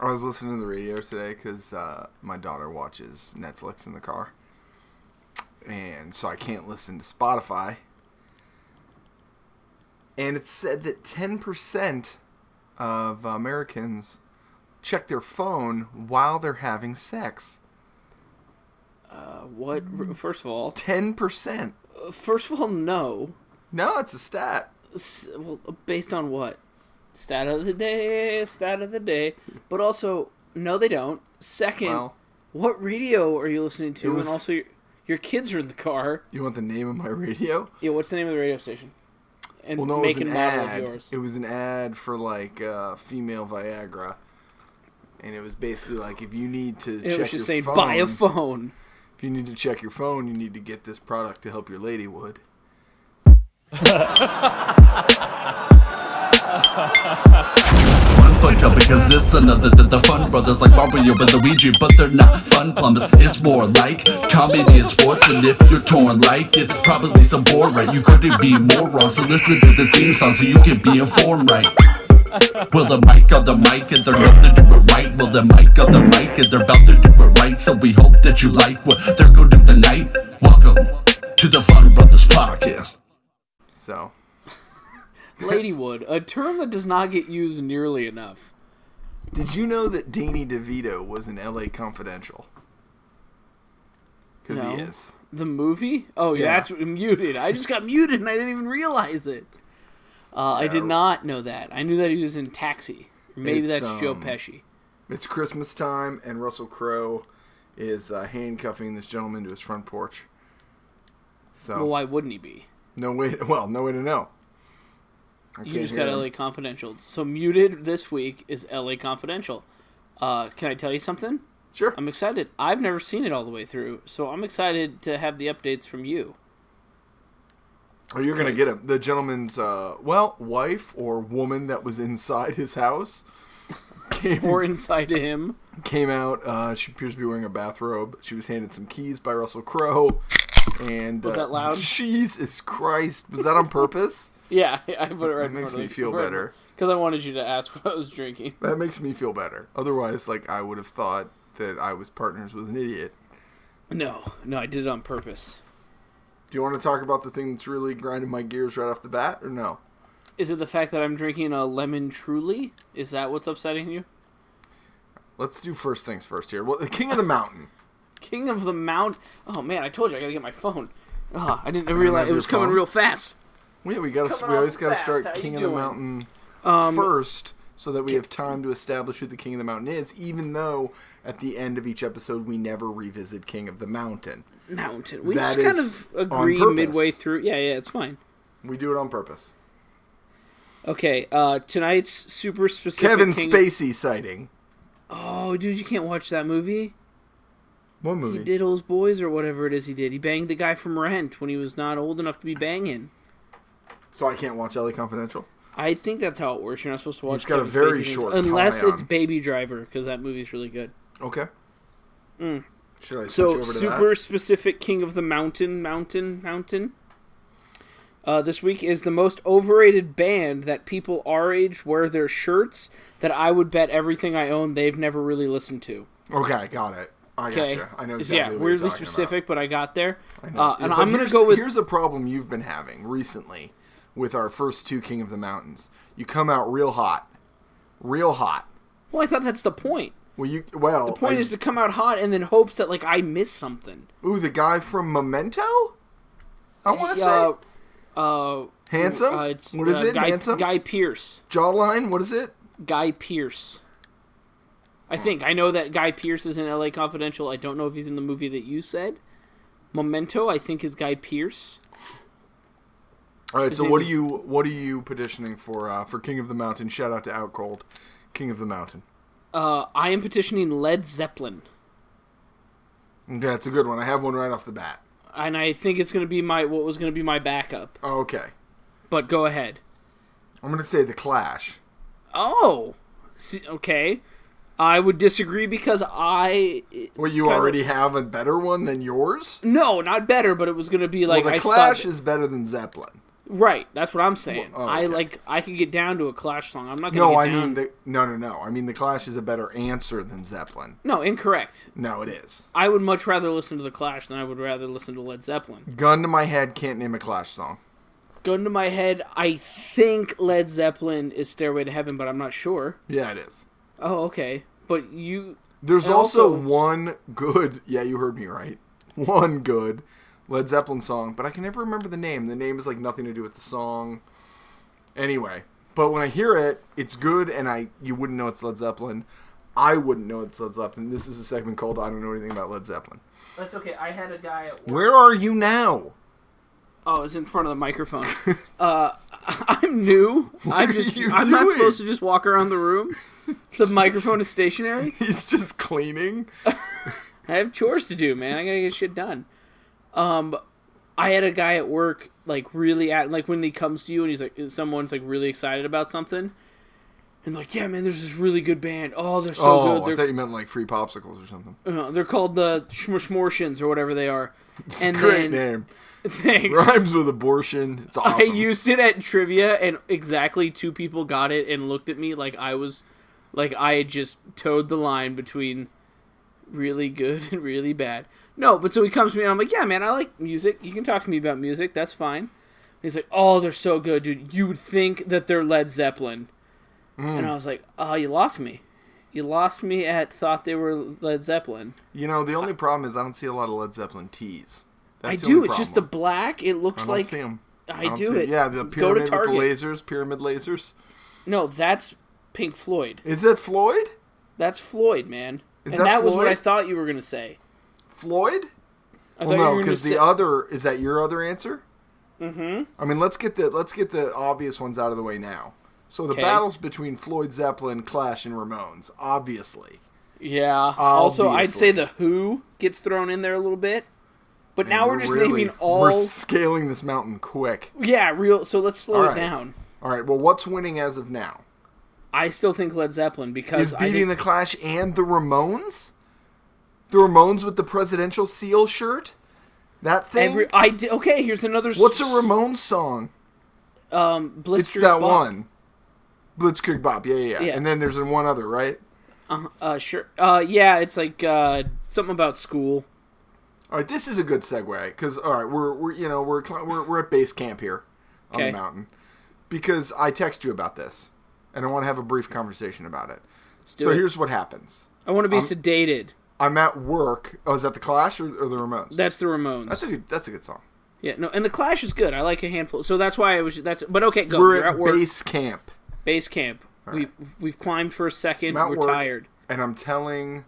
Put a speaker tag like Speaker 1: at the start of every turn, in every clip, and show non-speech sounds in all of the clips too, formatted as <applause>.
Speaker 1: I was listening to the radio today because uh, my daughter watches Netflix in the car, and so I can't listen to Spotify. And it said that ten percent of Americans check their phone while they're having sex.
Speaker 2: Uh, what? First of all,
Speaker 1: Ten percent.
Speaker 2: first of all, no.
Speaker 1: No, it's a stat.
Speaker 2: S- Well, based on what? Stat of the day, stat of the day. But also, no, they don't. Second,
Speaker 1: Well,
Speaker 2: what radio are you listening to?
Speaker 1: It was-
Speaker 2: And also, your, your kids are in the car.
Speaker 1: you want the name of my radio?
Speaker 2: Yeah, what's the name of the radio station? And
Speaker 1: Well, no, it
Speaker 2: make
Speaker 1: was an
Speaker 2: and model
Speaker 1: ad.
Speaker 2: of yours.
Speaker 1: It was an ad for like uh, female Viagra, and it was basically like if you need to
Speaker 2: And
Speaker 1: check
Speaker 2: it was just
Speaker 1: your
Speaker 2: saying,
Speaker 1: phone,
Speaker 2: buy
Speaker 1: <laughs>
Speaker 2: a phone.
Speaker 1: if you need to check your phone, you need to get this product to help your lady would.
Speaker 3: One fucked up because this another that the fun brothers like Mario and Luigi, but they're not fun plumbers. It's more like comedy and sports, and if you're torn like it's probably some bore right. You couldn't be more wrong. So listen to the theme song so you can be informed right. Well, the mic on the mic, and they're about to do it right. Well, the mic on the mic, and they're about to do it right. So we hope that you like what they're going to do tonight. Welcome to the Fun Brothers Podcast.
Speaker 1: So
Speaker 2: <laughs> Ladywood, a term that does not get used nearly enough.
Speaker 1: Did you know that Danny DeVito was in L.A. Confidential? Because
Speaker 2: No.
Speaker 1: he is.
Speaker 2: The movie? Oh, yeah,
Speaker 1: Yeah.
Speaker 2: that's muted. I just got muted and I didn't even realize it. Uh, I did
Speaker 1: No.
Speaker 2: not know that. I knew that he was in Taxi. Maybe
Speaker 1: It's,
Speaker 2: that's Joe
Speaker 1: um,
Speaker 2: Pesci.
Speaker 1: It's Christmas time, and Russell Crowe is uh, handcuffing this gentleman to his front porch. So
Speaker 2: Well, why wouldn't he be?
Speaker 1: no way. Well, no way to know. I
Speaker 2: You
Speaker 1: can't
Speaker 2: just
Speaker 1: hear
Speaker 2: got
Speaker 1: him.
Speaker 2: LA Confidential. So muted this week is LA Confidential. Uh, can I tell you something?
Speaker 1: Sure.
Speaker 2: I'm excited. I've never seen it all the way through, so I'm excited to have the updates from
Speaker 1: <laughs>
Speaker 2: you.
Speaker 1: Oh, you're gonna get
Speaker 2: Yes.
Speaker 1: him. The gentleman's, uh, well, wife or woman that was inside his house <laughs> came
Speaker 2: Or inside him.
Speaker 1: came out. Uh, she appears to be wearing a bathrobe. She was handed some keys by Russell Crowe. And
Speaker 2: Was
Speaker 1: uh,
Speaker 2: that loud?
Speaker 1: <laughs> Jesus Christ, was that on purpose?
Speaker 2: Yeah, <laughs> I put it right.
Speaker 1: That makes me feel better.
Speaker 2: because I wanted you to ask what I was drinking. <laughs>
Speaker 1: That makes me feel better. Otherwise, like I would have thought that I was partners with an idiot.
Speaker 2: No, no, I did it on purpose.
Speaker 1: Do you want to talk about the thing that's really grinding my gears right off the bat, or no?
Speaker 2: Is it the fact that I'm drinking a lemon Truly? Is that what's upsetting you?
Speaker 1: Let's do first things first here. Well, the King of the Mountain.
Speaker 2: King of the Mount. Oh man, I told you I gotta get my phone. Ah, I didn't realize it
Speaker 1: your
Speaker 2: was coming
Speaker 1: phone?
Speaker 2: real fast.
Speaker 1: Yeah, we got.
Speaker 2: Coming
Speaker 1: We
Speaker 2: off
Speaker 1: always got to
Speaker 2: fast.
Speaker 1: start
Speaker 2: How you
Speaker 1: King of the
Speaker 2: doing?
Speaker 1: Mountain
Speaker 2: Um,
Speaker 1: first, so that we have time to establish who the King of the Mountain is. Even though at the end of each episode we never revisit King of the Mountain,
Speaker 2: Mountain. We
Speaker 1: That
Speaker 2: just kind
Speaker 1: is
Speaker 2: of
Speaker 1: on
Speaker 2: agree
Speaker 1: purpose.
Speaker 2: midway through. Yeah, yeah, it's fine.
Speaker 1: we do it on purpose.
Speaker 2: Okay, uh, tonight's super specific.
Speaker 1: Kevin
Speaker 2: King-
Speaker 1: Spacey sighting.
Speaker 2: Oh, dude, you can't watch that movie.
Speaker 1: What movie?
Speaker 2: He diddles boys or whatever it is he did. He banged the guy from Rent when he was not old enough to be banging.
Speaker 1: So I can't watch LA Confidential.
Speaker 2: I think that's how it works. You're not supposed to watch.
Speaker 1: He's got a
Speaker 2: Kevin
Speaker 1: very
Speaker 2: Spacey things,
Speaker 1: short
Speaker 2: unless
Speaker 1: tie
Speaker 2: it's
Speaker 1: on.
Speaker 2: Baby Driver, because that movie's really good.
Speaker 1: Okay. Should I switch
Speaker 2: Mm. So
Speaker 1: over to
Speaker 2: super
Speaker 1: that?
Speaker 2: specific King of the Mountain, Mountain, Mountain. Uh, this week is the most overrated band that people our age wear their shirts that I would bet everything I own they've never really listened to.
Speaker 1: Okay, got it. I
Speaker 2: Okay,
Speaker 1: gotcha. I know
Speaker 2: It's-
Speaker 1: exactly.
Speaker 2: yeah,
Speaker 1: what you're
Speaker 2: weirdly
Speaker 1: talking
Speaker 2: specific, but I got there.
Speaker 1: about.
Speaker 2: Uh, and
Speaker 1: But
Speaker 2: I'm gonna
Speaker 1: here's-
Speaker 2: go with
Speaker 1: Here's a problem you've been having recently with our first two King of the Mountains. You come out real hot, real hot.
Speaker 2: well, I thought that's the point.
Speaker 1: Well, you well.
Speaker 2: The point
Speaker 1: I-
Speaker 2: is to come out hot and then hopes that like I miss something.
Speaker 1: ooh, the guy from Memento. I want to
Speaker 2: Uh,
Speaker 1: say
Speaker 2: uh,
Speaker 1: handsome.
Speaker 2: uh, it's
Speaker 1: what is
Speaker 2: uh,
Speaker 1: it?
Speaker 2: Guy,
Speaker 1: handsome
Speaker 2: Guy Pierce.
Speaker 1: jawline. What is it?
Speaker 2: Guy Pierce. I think I know that Guy Pierce is in L.A. Confidential. I don't know if he's in the movie that you said. Memento, I think, is Guy Pierce.
Speaker 1: All right.
Speaker 2: His
Speaker 1: So
Speaker 2: name
Speaker 1: what
Speaker 2: is-
Speaker 1: are you what are you petitioning for uh, for King of the Mountain? Shout out to Out Cold, King of the Mountain.
Speaker 2: Uh, I am petitioning Led Zeppelin,
Speaker 1: That's a good one. I have one right off the bat.
Speaker 2: and I think it's going to be my what was going to be my backup.
Speaker 1: Okay.
Speaker 2: But go ahead.
Speaker 1: I'm gonna say the Clash.
Speaker 2: Oh, see, okay. I would disagree because I
Speaker 1: Well, you
Speaker 2: Kinda-
Speaker 1: already have a better one than yours.
Speaker 2: no, not better, but it was going to be like
Speaker 1: well, the
Speaker 2: I
Speaker 1: Clash
Speaker 2: thought,
Speaker 1: is better than Zeppelin.
Speaker 2: Right, that's what I'm saying. I like I could get down to a Clash song. I'm not gonna.
Speaker 1: No,
Speaker 2: get
Speaker 1: I
Speaker 2: down-
Speaker 1: mean the no, no, no. I mean the Clash is a better answer than Zeppelin.
Speaker 2: no, incorrect.
Speaker 1: No, it is.
Speaker 2: I would much rather listen to the Clash than I would rather listen to Led Zeppelin.
Speaker 1: Gun to my head, can't name a Clash song.
Speaker 2: Gun to my head, I think Led Zeppelin is Stairway to Heaven, but I'm not sure.
Speaker 1: Yeah, it is.
Speaker 2: Oh, okay. But you,
Speaker 1: There's
Speaker 2: And
Speaker 1: also,
Speaker 2: also-
Speaker 1: one good. Yeah, you heard me right. One good Led Zeppelin song, but I can never remember the name. The name is like nothing to do with the song. Anyway, but when I hear it, it's good, and I you wouldn't know it's Led Zeppelin. I wouldn't know it's Led Zeppelin. This is a segment called "I don't know anything about Led Zeppelin."
Speaker 2: that's okay. I had a guy at
Speaker 1: Where are you now?
Speaker 2: Oh, it's in front of the microphone. <laughs> uh, I'm new. I'm just.
Speaker 1: you
Speaker 2: I'm not
Speaker 1: doing?
Speaker 2: supposed to just walk around the room. The microphone is stationary.
Speaker 1: He's just cleaning.
Speaker 2: I have chores to do, man. I gotta get shit done. Um, I had a guy at work like really at like when he comes to you and he's like someone's like really excited about something, and like yeah, man, there's this really good band. Oh, they're so
Speaker 1: oh,
Speaker 2: good.
Speaker 1: I
Speaker 2: They're
Speaker 1: thought you meant like free popsicles or something.
Speaker 2: uh, they're called the Schmorshmorshins or whatever they are. and
Speaker 1: Great
Speaker 2: then
Speaker 1: name.
Speaker 2: <laughs> thanks.
Speaker 1: Rhymes with abortion. It's awesome.
Speaker 2: I used it at trivia, and exactly two people got it and looked at me like I was, like I had just towed the line between really good and really bad. No, but so he comes to me and I'm like, yeah, man, I like music. You can talk to me about music. That's fine. And he's like, oh, they're so good, dude. You would think that they're Led Zeppelin.
Speaker 1: Mm.
Speaker 2: And I was like, oh, you lost me. You lost me at thought they were Led Zeppelin.
Speaker 1: You know, the only problem is I don't see a lot of Led Zeppelin tees.
Speaker 2: I
Speaker 1: That's the
Speaker 2: do.
Speaker 1: only
Speaker 2: It's just the
Speaker 1: problem.
Speaker 2: black. It looks
Speaker 1: I don't
Speaker 2: like
Speaker 1: see 'em.
Speaker 2: I
Speaker 1: don't
Speaker 2: do
Speaker 1: see 'em.
Speaker 2: it.
Speaker 1: Yeah, the
Speaker 2: Go to
Speaker 1: pyramid with the
Speaker 2: Target.
Speaker 1: lasers, pyramid lasers.
Speaker 2: no. That's Pink Floyd.
Speaker 1: Is that Floyd?
Speaker 2: That's Floyd, man.
Speaker 1: Is
Speaker 2: and
Speaker 1: that
Speaker 2: that, was what
Speaker 1: Floyd?
Speaker 2: I thought you were gonna say.
Speaker 1: Floyd?
Speaker 2: I
Speaker 1: Well,
Speaker 2: thought
Speaker 1: no,
Speaker 2: you were gonna
Speaker 1: because the
Speaker 2: say,
Speaker 1: other is that your other answer. Mm-hmm. I mean, let's get the let's get the obvious ones out of the way now. So the
Speaker 2: 'Kay.
Speaker 1: battles between Floyd Zeppelin, Clash, and Ramones, obviously.
Speaker 2: yeah. Also, I'd
Speaker 1: Obviously.
Speaker 2: say the Who gets thrown in there a little bit, but now
Speaker 1: And
Speaker 2: we're just
Speaker 1: really-
Speaker 2: naming all.
Speaker 1: We're scaling this mountain quick.
Speaker 2: yeah, real. So let's slow
Speaker 1: Alright.
Speaker 2: it down.
Speaker 1: All right. Well, what's winning as of now?
Speaker 2: I still think Led Zeppelin
Speaker 1: is
Speaker 2: because I
Speaker 1: beating
Speaker 2: think,
Speaker 1: the Clash and the Ramones? The Ramones with the presidential seal shirt? That thing?
Speaker 2: every. I di- okay. Here's another. s-
Speaker 1: What's a Ramones song?
Speaker 2: Um, Blitzkrieg
Speaker 1: It's that
Speaker 2: Bop.
Speaker 1: one. Blitzkrieg Bop. Yeah, yeah, yeah,
Speaker 2: Yeah.
Speaker 1: And then there's one other, right?
Speaker 2: Uh, sure. Uh, yeah. It's like uh something about school.
Speaker 1: All right, this is a good segue because all right, we're we're you know we're cli- we're, we're at base camp here on
Speaker 2: Okay.
Speaker 1: the mountain because I text you about this and I want to have a brief conversation about it.
Speaker 2: do
Speaker 1: so
Speaker 2: it.
Speaker 1: here's what happens.
Speaker 2: I want to be sedated.
Speaker 1: I'm at work. Oh, is that the Clash or, or the Ramones?
Speaker 2: That's the Ramones.
Speaker 1: that's a good. That's a good song.
Speaker 2: yeah. No. And the Clash is good. I like a handful. So that's why I was. That's. But okay. Go.
Speaker 1: We're
Speaker 2: Oh, you're
Speaker 1: at,
Speaker 2: at work.
Speaker 1: base camp.
Speaker 2: Base camp. We've we've climbed for a 2nd
Speaker 1: I'm at
Speaker 2: We're
Speaker 1: work,
Speaker 2: tired.
Speaker 1: And I'm telling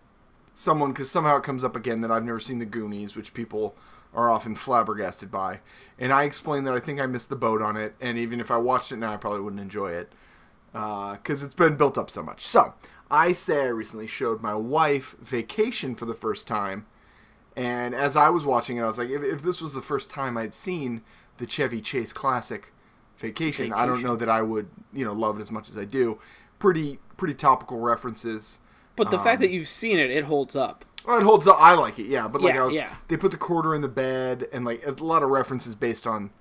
Speaker 1: someone because somehow it comes up again that I've never seen the Goonies, which people are often flabbergasted by. And I explained that I think I missed the boat on it, and even if I watched it now, I probably wouldn't enjoy it because Uh, it's been built up so much. So I say I recently showed my wife Vacation for the first time, and as I was watching it, I was like, if, if this was the first time I'd seen the Chevy Chase classic Vacation, I don't
Speaker 2: Vacation.
Speaker 1: know that I would you know love it as much as I do. Pretty pretty topical references.
Speaker 2: But the fact that you've seen it, it holds up.
Speaker 1: Well, it holds up. I like it, yeah. But like
Speaker 2: Yeah,
Speaker 1: I was,
Speaker 2: yeah.
Speaker 1: they put the quarter in the bed, and like a lot of references based on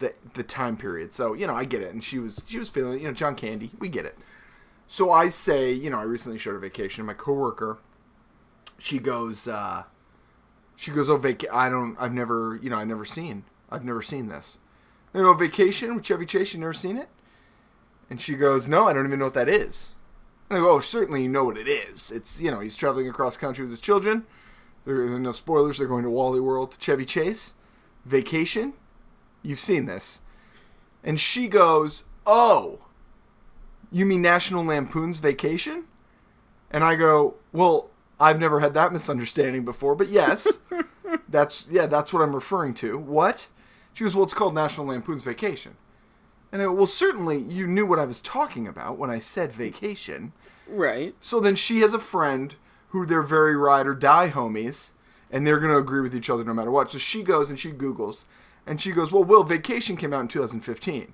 Speaker 1: the the time period. So you know, I get it. And she was she was feeling, it. you know, John Candy. We get it. So I say, you know, I recently showed her vacation. My coworker, she goes, uh, she goes, oh, vac. I don't, I've never, you know, I've never seen, I've never seen this. And I go, "Oh, vacation with Chevy Chase. You never seen it? And she goes, no, I don't even know what that is. And I go, oh, certainly you know what it is. It's, you know, he's traveling across country with his children. There are no spoilers. They're going to Wally World, to Chevy Chase, vacation. You've seen this. And she goes, oh, you mean National Lampoon's vacation? And I go, well, I've never had that misunderstanding before, but yes, that's, yeah, that's what I'm referring to. What? She goes, well, it's called National Lampoon's vacation. And I go, well, certainly you knew what I was talking about when I said vacation.
Speaker 2: Right.
Speaker 1: So then she has a friend who they're very ride or die homies, and they're going to agree with each other no matter what. So she goes and she Googles, and she goes, Well, Will, Vacation came out in 2015.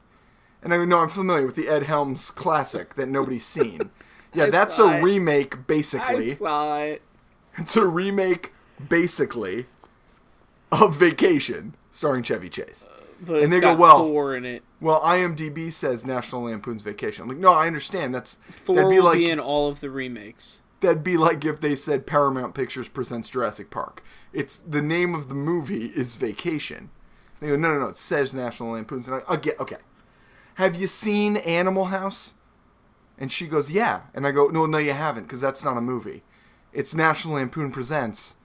Speaker 1: And I go, No, I'm familiar with the Ed Helms classic that nobody's
Speaker 2: <laughs>
Speaker 1: seen. Yeah, that's
Speaker 2: saw
Speaker 1: a
Speaker 2: it.
Speaker 1: remake, basically.
Speaker 2: saw it.
Speaker 1: It's a remake, basically, of Vacation, starring Chevy Chase.
Speaker 2: but it's
Speaker 1: and they go
Speaker 2: got
Speaker 1: well.
Speaker 2: Thor in it.
Speaker 1: Well, IMDb says National Lampoon's Vacation. I'm like, no, I understand. That's
Speaker 2: Thor
Speaker 1: that'd be
Speaker 2: will
Speaker 1: like
Speaker 2: be in all of the remakes.
Speaker 1: that'd be like if they said Paramount Pictures presents Jurassic Park. It's the name of the movie is Vacation. They go, no, no, no. It says National Lampoon's. And I, okay, okay. Have you seen Animal House? And she goes, yeah. And I go, no, no, you haven't, because that's not a movie. It's National Lampoon presents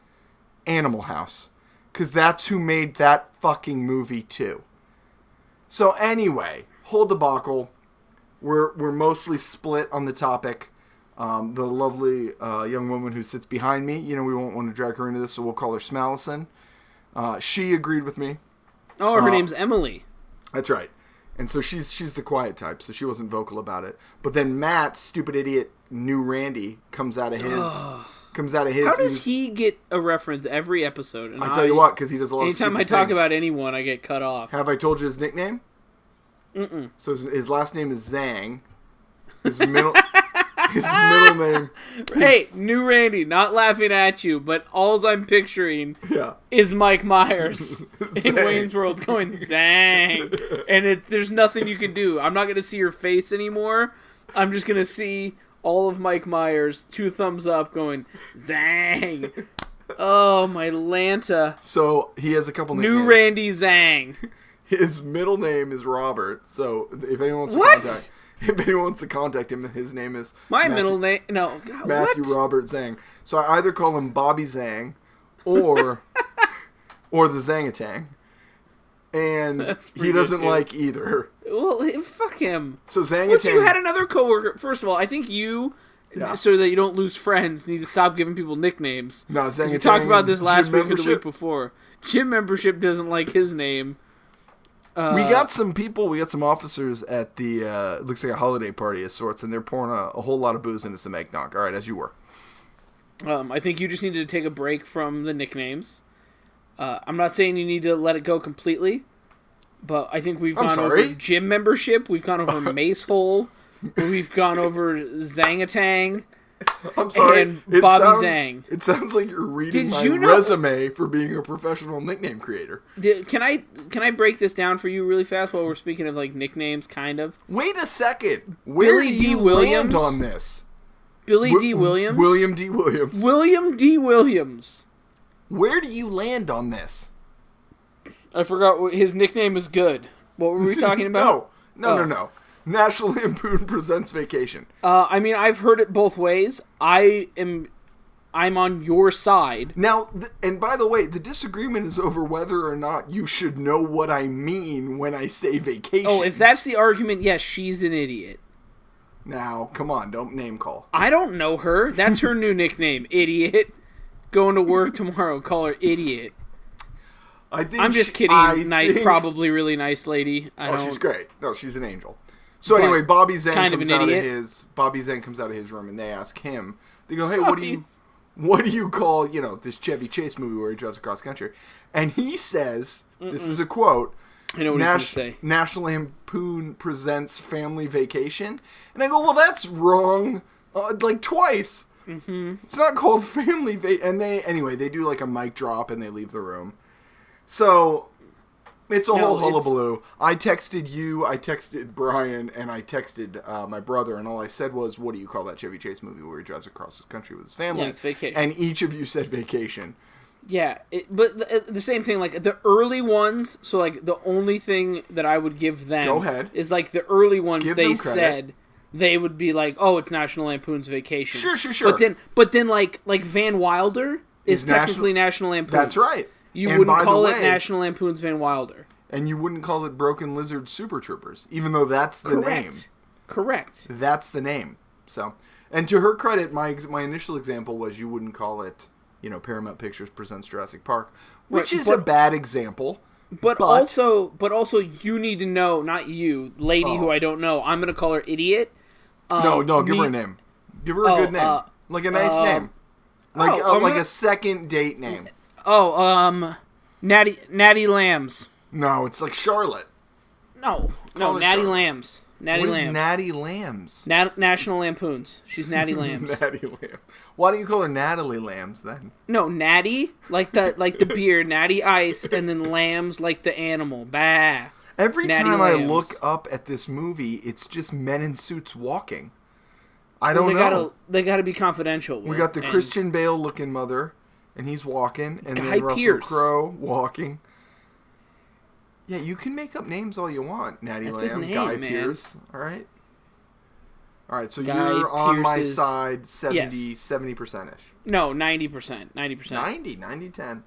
Speaker 1: Animal House, because that's who made that fucking movie too. So anyway, whole debacle. We're we're mostly split on the topic. Um, the lovely uh, young woman who sits behind me, you know, we won't want to drag her into this, so we'll call her Smallison. Uh, she agreed with me.
Speaker 2: Oh, her name's Emily.
Speaker 1: That's right. And so she's she's the quiet type, so she wasn't vocal about it. But then Matt, stupid idiot, new Randy comes out of his comes out of his.
Speaker 2: How
Speaker 1: and
Speaker 2: does he get a reference every episode? And
Speaker 1: I tell you what, because he does a lot.
Speaker 2: Anytime
Speaker 1: of
Speaker 2: I talk
Speaker 1: about it.
Speaker 2: about anyone, I get cut off.
Speaker 1: Have I told you his nickname? Mm-mm. So his, his last name is Zhang. His middle, his middle name,
Speaker 2: Hey, new Randy, not laughing at you, but alls I'm picturing
Speaker 1: yeah,
Speaker 2: is
Speaker 1: <laughs>
Speaker 2: Mike Myers in
Speaker 1: Zang.
Speaker 2: Wayne's World going zang, and it, there's nothing you can do. I'm not gonna see your face anymore. I'm just gonna see all of Mike Myers, two thumbs up, going zang. Oh my Lanta,
Speaker 1: So he has a couple
Speaker 2: new
Speaker 1: nicknames.
Speaker 2: Randy zang.
Speaker 1: His middle name is Robert. So if anyone wants
Speaker 2: What?
Speaker 1: to contact, <laughs> if anyone wants to contact him, his name is
Speaker 2: My
Speaker 1: Matthew-
Speaker 2: middle name, no, God,
Speaker 1: Matthew
Speaker 2: what?
Speaker 1: Robert Zhang. So I either call him Bobby Zhang,
Speaker 2: <laughs>
Speaker 1: or or the Zangatang, and
Speaker 2: <laughs> That's pretty
Speaker 1: he
Speaker 2: good,
Speaker 1: doesn't
Speaker 2: too.
Speaker 1: like either.
Speaker 2: Well, eh, fuck him.
Speaker 1: So Zangatang.
Speaker 2: Once you had another coworker, first of all, I think you,
Speaker 1: Yeah.
Speaker 2: so that you don't lose friends, need to stop giving people nicknames.
Speaker 1: No, Zangatang.
Speaker 2: We talked about this
Speaker 1: and
Speaker 2: last
Speaker 1: gym
Speaker 2: week or the week
Speaker 1: membership.
Speaker 2: before. Gym membership doesn't like his name.
Speaker 1: we
Speaker 2: Uh,
Speaker 1: got some people, we got some officers at the uh, it looks like a holiday party of sorts, and they're pouring a, a whole lot of booze into some eggnog. All right, as you were.
Speaker 2: Um, I think you just need to take a break from the nicknames. Uh, I'm not saying you need to let it go completely, but I think we've
Speaker 1: I'm
Speaker 2: gone
Speaker 1: sorry?
Speaker 2: over gym membership. We've
Speaker 1: <laughs>
Speaker 2: gone over Mace Hole. We've gone over Zangatang.
Speaker 1: I'm sorry.
Speaker 2: And Bobby
Speaker 1: sound-
Speaker 2: Zhang.
Speaker 1: It sounds like you're reading
Speaker 2: Did
Speaker 1: my
Speaker 2: you know-
Speaker 1: resume for being a professional nickname creator.
Speaker 2: D- Can I can I break this down for you really fast while we're speaking of like nicknames, kind of?
Speaker 1: Wait a second. Where
Speaker 2: Billy
Speaker 1: do
Speaker 2: D.
Speaker 1: you
Speaker 2: Williams?
Speaker 1: land on this?
Speaker 2: Billy D.
Speaker 1: Wi-
Speaker 2: Williams.
Speaker 1: William D. Williams.
Speaker 2: William D. Williams.
Speaker 1: Where do you land on this?
Speaker 2: I forgot what his nickname is. Good. What
Speaker 1: <laughs>
Speaker 2: were we talking about?
Speaker 1: No, no, no,
Speaker 2: Oh.
Speaker 1: no. National <laughs> Lampoon presents Vacation.
Speaker 2: Uh, I mean, I've heard it both ways. I am, I'm on your side.
Speaker 1: Now, th- and by the way, the disagreement is over whether or not you should know what I mean when I say vacation.
Speaker 2: Oh, if that's the argument, yes, she's an idiot.
Speaker 1: now, come on, don't name call.
Speaker 2: I don't know her. That's
Speaker 1: <laughs>
Speaker 2: her new nickname, idiot. Going to work tomorrow, call her idiot.
Speaker 1: I think
Speaker 2: I'm just
Speaker 1: she-
Speaker 2: kidding.
Speaker 1: I
Speaker 2: nice,
Speaker 1: think-
Speaker 2: probably really nice lady. I
Speaker 1: Oh,
Speaker 2: don't.
Speaker 1: she's great. No, she's an angel. So anyway, Bobby Zane
Speaker 2: kind of
Speaker 1: comes out
Speaker 2: an idiot.
Speaker 1: of his Bobby Zane comes out of his room, and they ask him. They go, "Hey, what do you, what do you call you know this Chevy Chase movie where he drives across country?" And he says, "This is a quote."
Speaker 2: I know what
Speaker 1: Nash-
Speaker 2: he's gonna say.
Speaker 1: National Lampoon presents Family Vacation, and I go, well, that's wrong, uh, like twice. Mm-hmm. It's not called <laughs> Family Va- and they anyway they do like a mic drop and they leave the room. So it's a
Speaker 2: No,
Speaker 1: whole
Speaker 2: it's-
Speaker 1: hullabaloo. I texted you, I texted Brian, and I texted uh, my brother, and all I said was, "What do you call that Chevy Chase movie where he drives across his country with his family?"
Speaker 2: Yeah, it's Vacation.
Speaker 1: And each of you said Vacation.
Speaker 2: Yeah, it, but the, the same thing. Like the early ones. So like the only thing that I would give them
Speaker 1: Go ahead.
Speaker 2: is like the early ones.
Speaker 1: Give
Speaker 2: they
Speaker 1: them credit.
Speaker 2: said they would be like, oh, it's National Lampoon's Vacation.
Speaker 1: Sure, sure, sure.
Speaker 2: But then, but then like like Van Wilder is
Speaker 1: Is national-
Speaker 2: technically National Lampoon's.
Speaker 1: That's right.
Speaker 2: You
Speaker 1: And by
Speaker 2: wouldn't
Speaker 1: the
Speaker 2: call it
Speaker 1: way-
Speaker 2: National Lampoon's Van Wilder.
Speaker 1: And you wouldn't call it Broken Lizard Super Troopers, even though that's the
Speaker 2: Correct.
Speaker 1: name.
Speaker 2: Correct.
Speaker 1: That's the name. So, and to her credit, my ex- my initial example was you wouldn't call it, you know, Paramount Pictures presents Jurassic Park, which
Speaker 2: Right,
Speaker 1: is
Speaker 2: but-
Speaker 1: a bad example.
Speaker 2: But,
Speaker 1: But-
Speaker 2: also, but also, you need to know, not you, lady
Speaker 1: Oh.
Speaker 2: who I don't know. I'm gonna call her idiot.
Speaker 1: no, no, give her a
Speaker 2: Um, me-
Speaker 1: name. Give her a
Speaker 2: Oh,
Speaker 1: good name,
Speaker 2: uh,
Speaker 1: like a nice
Speaker 2: uh,
Speaker 1: name, like
Speaker 2: oh,
Speaker 1: uh,
Speaker 2: I'm
Speaker 1: like
Speaker 2: gonna-
Speaker 1: a second date name.
Speaker 2: Oh, um, Natty Natty Lambs.
Speaker 1: No, it's like Charlotte.
Speaker 2: No,
Speaker 1: Call
Speaker 2: no,
Speaker 1: her
Speaker 2: Natty
Speaker 1: Charlotte.
Speaker 2: Lambs. Natty
Speaker 1: What is
Speaker 2: Lambs.
Speaker 1: Natty Lambs?
Speaker 2: Nat- National Lampoons. She's
Speaker 1: <laughs>
Speaker 2: Natty Lambs.
Speaker 1: Natty Lamb. Why don't you call her Natalie Lambs then?
Speaker 2: no, Natty like the like the beer, Natty Ice, and then Lambs like the animal. Bah.
Speaker 1: Every
Speaker 2: Natty
Speaker 1: time I
Speaker 2: Lambs.
Speaker 1: look up at this movie, it's just men in suits walking. I
Speaker 2: They
Speaker 1: don't know.
Speaker 2: gotta they gotta be confidential.
Speaker 1: we got the Christian Bale looking mother, and he's walking, and
Speaker 2: Guy
Speaker 1: then Russell
Speaker 2: Pearce.
Speaker 1: Crowe walking. Yeah, you can make up names all you want, Natty
Speaker 2: That's his
Speaker 1: Lamb,
Speaker 2: name,
Speaker 1: Guy
Speaker 2: man.
Speaker 1: Pierce. All right. All right, so
Speaker 2: Guy
Speaker 1: you're on my
Speaker 2: Pearce's-
Speaker 1: side 70 70 percent ish.
Speaker 2: No, ninety percent. Ninety percent.
Speaker 1: 90, 90, 10.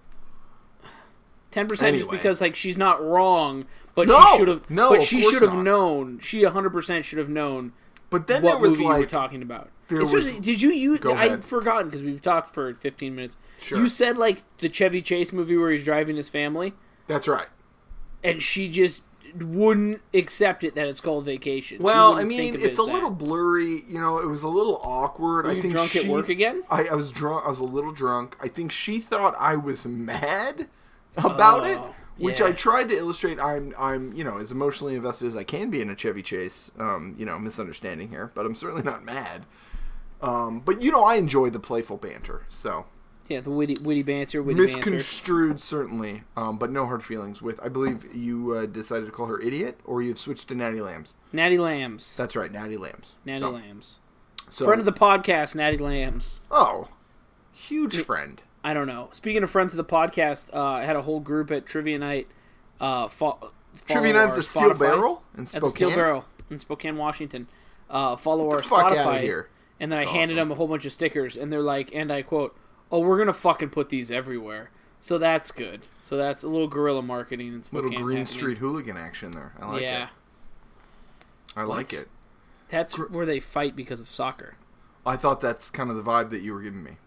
Speaker 2: Ten percent just
Speaker 1: Anyway.
Speaker 2: because like she's not wrong, but
Speaker 1: No!
Speaker 2: she should have
Speaker 1: No,
Speaker 2: but
Speaker 1: of
Speaker 2: she
Speaker 1: course
Speaker 2: should have
Speaker 1: not.
Speaker 2: known. She hundred percent should have known
Speaker 1: But then
Speaker 2: what
Speaker 1: there was
Speaker 2: movie you were
Speaker 1: like
Speaker 2: talking about.
Speaker 1: there
Speaker 2: Especially,
Speaker 1: was-
Speaker 2: did you use?
Speaker 1: Go
Speaker 2: I've
Speaker 1: ahead.
Speaker 2: forgotten because we've talked for fifteen minutes.
Speaker 1: Sure.
Speaker 2: You said like the Chevy Chase movie where he's driving his family,
Speaker 1: That's right.
Speaker 2: and she just wouldn't accept it that it's called vacation. She
Speaker 1: Well, I
Speaker 2: wouldn't think
Speaker 1: mean,
Speaker 2: of it
Speaker 1: it's a
Speaker 2: as that.
Speaker 1: little blurry. You know, it was a little awkward. I
Speaker 2: you
Speaker 1: think
Speaker 2: drunk
Speaker 1: she,
Speaker 2: at work again?
Speaker 1: I, I was drunk. I was a little drunk. I think she thought I was mad about it,
Speaker 2: Oh,
Speaker 1: which
Speaker 2: yeah.
Speaker 1: I tried to illustrate. I'm, I'm, you know, as emotionally invested as I can be in a Chevy Chase. Um, you know, misunderstanding here, but I'm certainly not mad. Um, but you know, I enjoy the playful banter. So
Speaker 2: yeah, the witty witty banter, witty banter.
Speaker 1: misconstrued, certainly, um, but no hard feelings. With I believe you uh, decided to call her idiot, or you've switched to Natty Lambs.
Speaker 2: Natty Lambs,
Speaker 1: That's right, Natty Lambs.
Speaker 2: Natty
Speaker 1: So-
Speaker 2: Lambs,
Speaker 1: So,
Speaker 2: friend of the podcast, Natty Lambs.
Speaker 1: Oh, huge friend.
Speaker 2: I don't know. Speaking of friends of the podcast, uh, I had a whole group at Trivia Night. Uh, fo-
Speaker 1: Trivia
Speaker 2: follow
Speaker 1: Night at
Speaker 2: our
Speaker 1: the Steel
Speaker 2: Spotify-
Speaker 1: Barrel in
Speaker 2: At the Steel
Speaker 1: Spokane?
Speaker 2: Barrel in Spokane, Washington. Uh, follow our
Speaker 1: the fuck
Speaker 2: Spotify.
Speaker 1: outta here.
Speaker 2: And then I
Speaker 1: That's
Speaker 2: handed
Speaker 1: awesome.
Speaker 2: them a whole bunch of stickers, and they're like, and I quote, "Oh, we're gonna fucking put these everywhere." So that's good. So that's a little guerrilla marketing in Spokane.
Speaker 1: Little Green
Speaker 2: happening.
Speaker 1: Street hooligan action there. I like
Speaker 2: yeah,
Speaker 1: it. I like it.
Speaker 2: that's where they fight because of soccer.
Speaker 1: I thought that's kind of the vibe that you were giving me.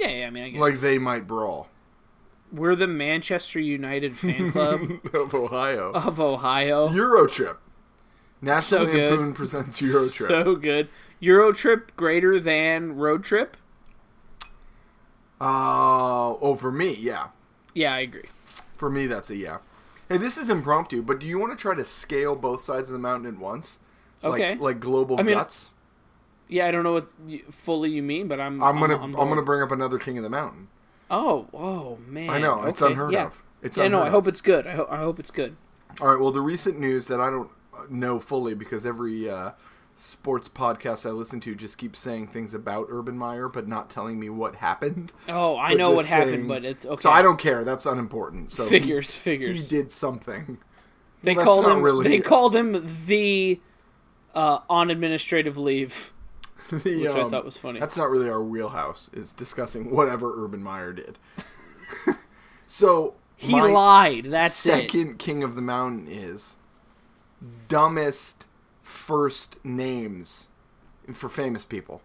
Speaker 2: Yeah, yeah. I mean, I guess
Speaker 1: Like they might brawl
Speaker 2: <laughs>
Speaker 1: <laughs>
Speaker 2: we're the Manchester United fan club
Speaker 1: of Ohio.
Speaker 2: of Ohio.
Speaker 1: Eurotrip. National
Speaker 2: So good.
Speaker 1: Lampoon presents Eurotrip.
Speaker 2: <laughs> So good. Euro trip greater than road trip?
Speaker 1: Uh, oh, for me, yeah.
Speaker 2: Yeah, I agree.
Speaker 1: For me, that's a yeah. Hey, this is impromptu, but do you want to try to scale both sides of the mountain at once?
Speaker 2: Okay.
Speaker 1: Like, like global
Speaker 2: I mean,
Speaker 1: guts.
Speaker 2: Yeah, I don't know what you, fully you mean, but I'm.
Speaker 1: I'm gonna I'm,
Speaker 2: going.
Speaker 1: gonna bring up another King of the Mountain.
Speaker 2: Oh, oh man.
Speaker 1: I know, it's
Speaker 2: Okay,
Speaker 1: unheard
Speaker 2: yeah.
Speaker 1: of. It's
Speaker 2: yeah,
Speaker 1: unheard
Speaker 2: no, I
Speaker 1: of.
Speaker 2: hope it's good. I, ho- I hope it's good.
Speaker 1: All right. Well, the recent news that I don't uh, know fully because every uh, sports podcast I listen to just keeps saying things about Urban Meyer, but not telling me what happened.
Speaker 2: Oh, I
Speaker 1: But
Speaker 2: know
Speaker 1: just
Speaker 2: what happened,
Speaker 1: saying-
Speaker 2: but it's okay.
Speaker 1: So I don't care. That's unimportant. So he-
Speaker 2: Figures,
Speaker 1: He,
Speaker 2: figures.
Speaker 1: did something. <laughs>
Speaker 2: they
Speaker 1: that's
Speaker 2: called
Speaker 1: not
Speaker 2: him.
Speaker 1: really-
Speaker 2: they called him the uh, on administrative leave.
Speaker 1: The,
Speaker 2: Which I
Speaker 1: um,
Speaker 2: thought was funny.
Speaker 1: That's not really our wheelhouse. Is discussing <laughs> whatever Urban Meyer did. <laughs> so
Speaker 2: He
Speaker 1: my
Speaker 2: lied. That's it.
Speaker 1: second King of the Mountain is dumbest first names for famous people.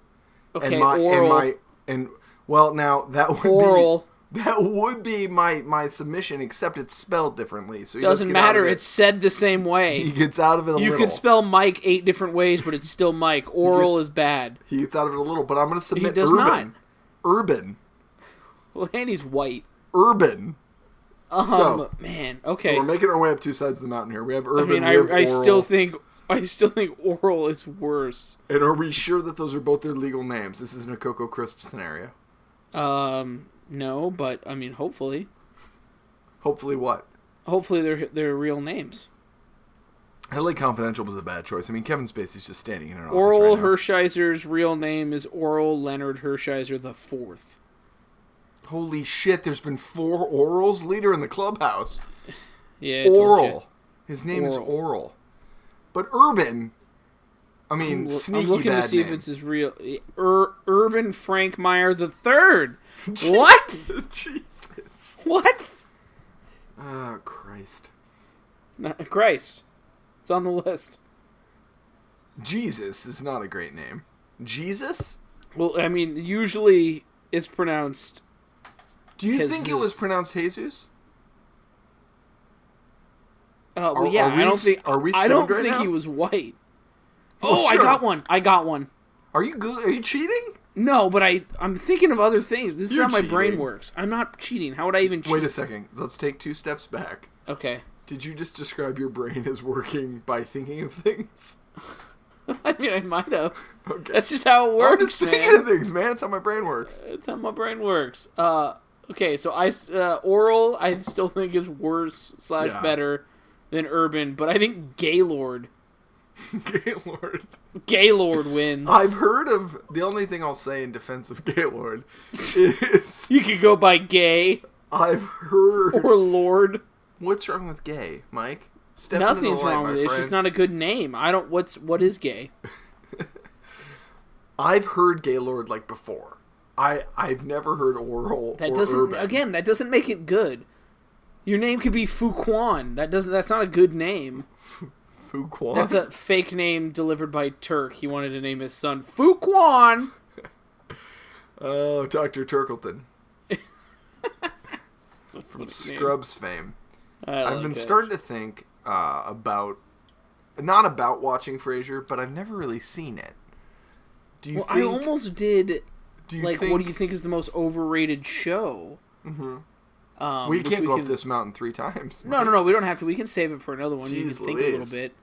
Speaker 2: Okay,
Speaker 1: and my
Speaker 2: oral.
Speaker 1: and my and well now that would
Speaker 2: Oral.
Speaker 1: be that would be my my submission except it's spelled differently so he
Speaker 2: doesn't matter. It's
Speaker 1: it's
Speaker 2: said the
Speaker 1: <laughs>
Speaker 2: same way.
Speaker 1: he gets out of it a
Speaker 2: You
Speaker 1: little
Speaker 2: could spell Mike eight different ways, but it's
Speaker 1: <laughs>
Speaker 2: still Mike. Oral
Speaker 1: gets-
Speaker 2: is bad.
Speaker 1: he gets out of it a little but i'm gonna submit
Speaker 2: does
Speaker 1: urban urban
Speaker 2: Well, Andy's white.
Speaker 1: urban
Speaker 2: Um,
Speaker 1: So-
Speaker 2: man, okay.
Speaker 1: we're making our way up two sides of the mountain here we have
Speaker 2: I
Speaker 1: urban
Speaker 2: mean, I,
Speaker 1: we have
Speaker 2: I still
Speaker 1: oral.
Speaker 2: think <laughs> I still think oral is worse.
Speaker 1: and are we sure that those are both their legal names this isn't a cocoa crisp scenario
Speaker 2: Um, no, but I mean, hopefully,
Speaker 1: hopefully what
Speaker 2: hopefully they're they're real names.
Speaker 1: LA Confidential was a bad choice. I mean, Kevin Spacey's just standing in an office
Speaker 2: Oral
Speaker 1: right now.
Speaker 2: Hershiser's real name is Oral Leonard Hershiser the fourth.
Speaker 1: Holy shit! There's been four orals leader in the clubhouse.
Speaker 2: Yeah, I told ya.
Speaker 1: Oral. His name is
Speaker 2: Oral.
Speaker 1: Oral. But Urban, I mean,
Speaker 2: Well,
Speaker 1: sneaky
Speaker 2: I'm looking
Speaker 1: bad
Speaker 2: to see
Speaker 1: name.
Speaker 2: if
Speaker 1: <laughs>
Speaker 2: it's his real Ur- Urban Frank Meyer
Speaker 1: <laughs>
Speaker 2: the third. what?
Speaker 1: Jesus.
Speaker 2: What?
Speaker 1: Oh, Christ.
Speaker 2: Not, Christ, it's on the list.
Speaker 1: Jesus is not a great name. Jesus?
Speaker 2: Well, I mean, usually it's pronounced.
Speaker 1: Do you think it was
Speaker 2: Jesus.
Speaker 1: pronounced Jesus?
Speaker 2: Uh, well,
Speaker 1: Are-
Speaker 2: yeah,
Speaker 1: are we
Speaker 2: I don't
Speaker 1: s-
Speaker 2: think.
Speaker 1: are we
Speaker 2: I don't
Speaker 1: stoned right
Speaker 2: think
Speaker 1: now?
Speaker 2: he was white.
Speaker 1: Well,
Speaker 2: Oh, I
Speaker 1: sure.
Speaker 2: got one. I got one.
Speaker 1: Are you good? Are you cheating?
Speaker 2: No, but I I'm thinking of other things. This
Speaker 1: You're
Speaker 2: is how my brain
Speaker 1: cheating.
Speaker 2: works. I'm not cheating. How would I even cheat?
Speaker 1: Wait a second. Let's take two steps back.
Speaker 2: Okay. <laughs>
Speaker 1: Did you just describe your brain as working by thinking of things? <laughs>
Speaker 2: I mean, I might have.
Speaker 1: Okay.
Speaker 2: That's just how it
Speaker 1: I'm
Speaker 2: works,
Speaker 1: just thinking
Speaker 2: man.
Speaker 1: of things, man. That's how my brain works.
Speaker 2: <laughs> That's how my brain works. Uh, okay, so I uh, oral I still think is worse slash
Speaker 1: Yeah.
Speaker 2: better than urban, but I think Gaylord
Speaker 1: Gaylord.
Speaker 2: Gaylord wins.
Speaker 1: I've heard of the only thing I'll say in defense of Gaylord is
Speaker 2: You could go by gay
Speaker 1: I've
Speaker 2: <laughs>
Speaker 1: heard.
Speaker 2: or Lord.
Speaker 1: What's wrong with gay, Mike? Step into the
Speaker 2: Nothing's
Speaker 1: light,
Speaker 2: wrong
Speaker 1: my
Speaker 2: with it. It's just
Speaker 1: friend.
Speaker 2: not a good name. I don't. What's what is gay?
Speaker 1: I've heard Gaylord like before. I I've never heard oral
Speaker 2: That
Speaker 1: or
Speaker 2: doesn't.
Speaker 1: urban.
Speaker 2: Again, that doesn't make it good. Your name could be Fuquan. That doesn't. That's not a good name.
Speaker 1: Fuquan. <laughs>
Speaker 2: That's a fake name delivered by Turk. He wanted to name his son Fuquan.
Speaker 1: oh, Doctor Turkleton
Speaker 2: That's a funny name.
Speaker 1: Scrubs fame.
Speaker 2: I
Speaker 1: I've
Speaker 2: like
Speaker 1: been
Speaker 2: that.
Speaker 1: starting to think uh, about not about watching Frasier, but I've never really seen it. Do you
Speaker 2: Well, I
Speaker 1: think?
Speaker 2: almost did.
Speaker 1: do you
Speaker 2: Like,
Speaker 1: think,
Speaker 2: what do you think is the most overrated show? Mm-hmm. Um,
Speaker 1: We
Speaker 2: which
Speaker 1: can't go
Speaker 2: can-
Speaker 1: up this mountain three times.
Speaker 2: No, no, no. We don't have to. We can save it for another one. you can
Speaker 1: Jeez
Speaker 2: think a little
Speaker 1: Louise.
Speaker 2: bit.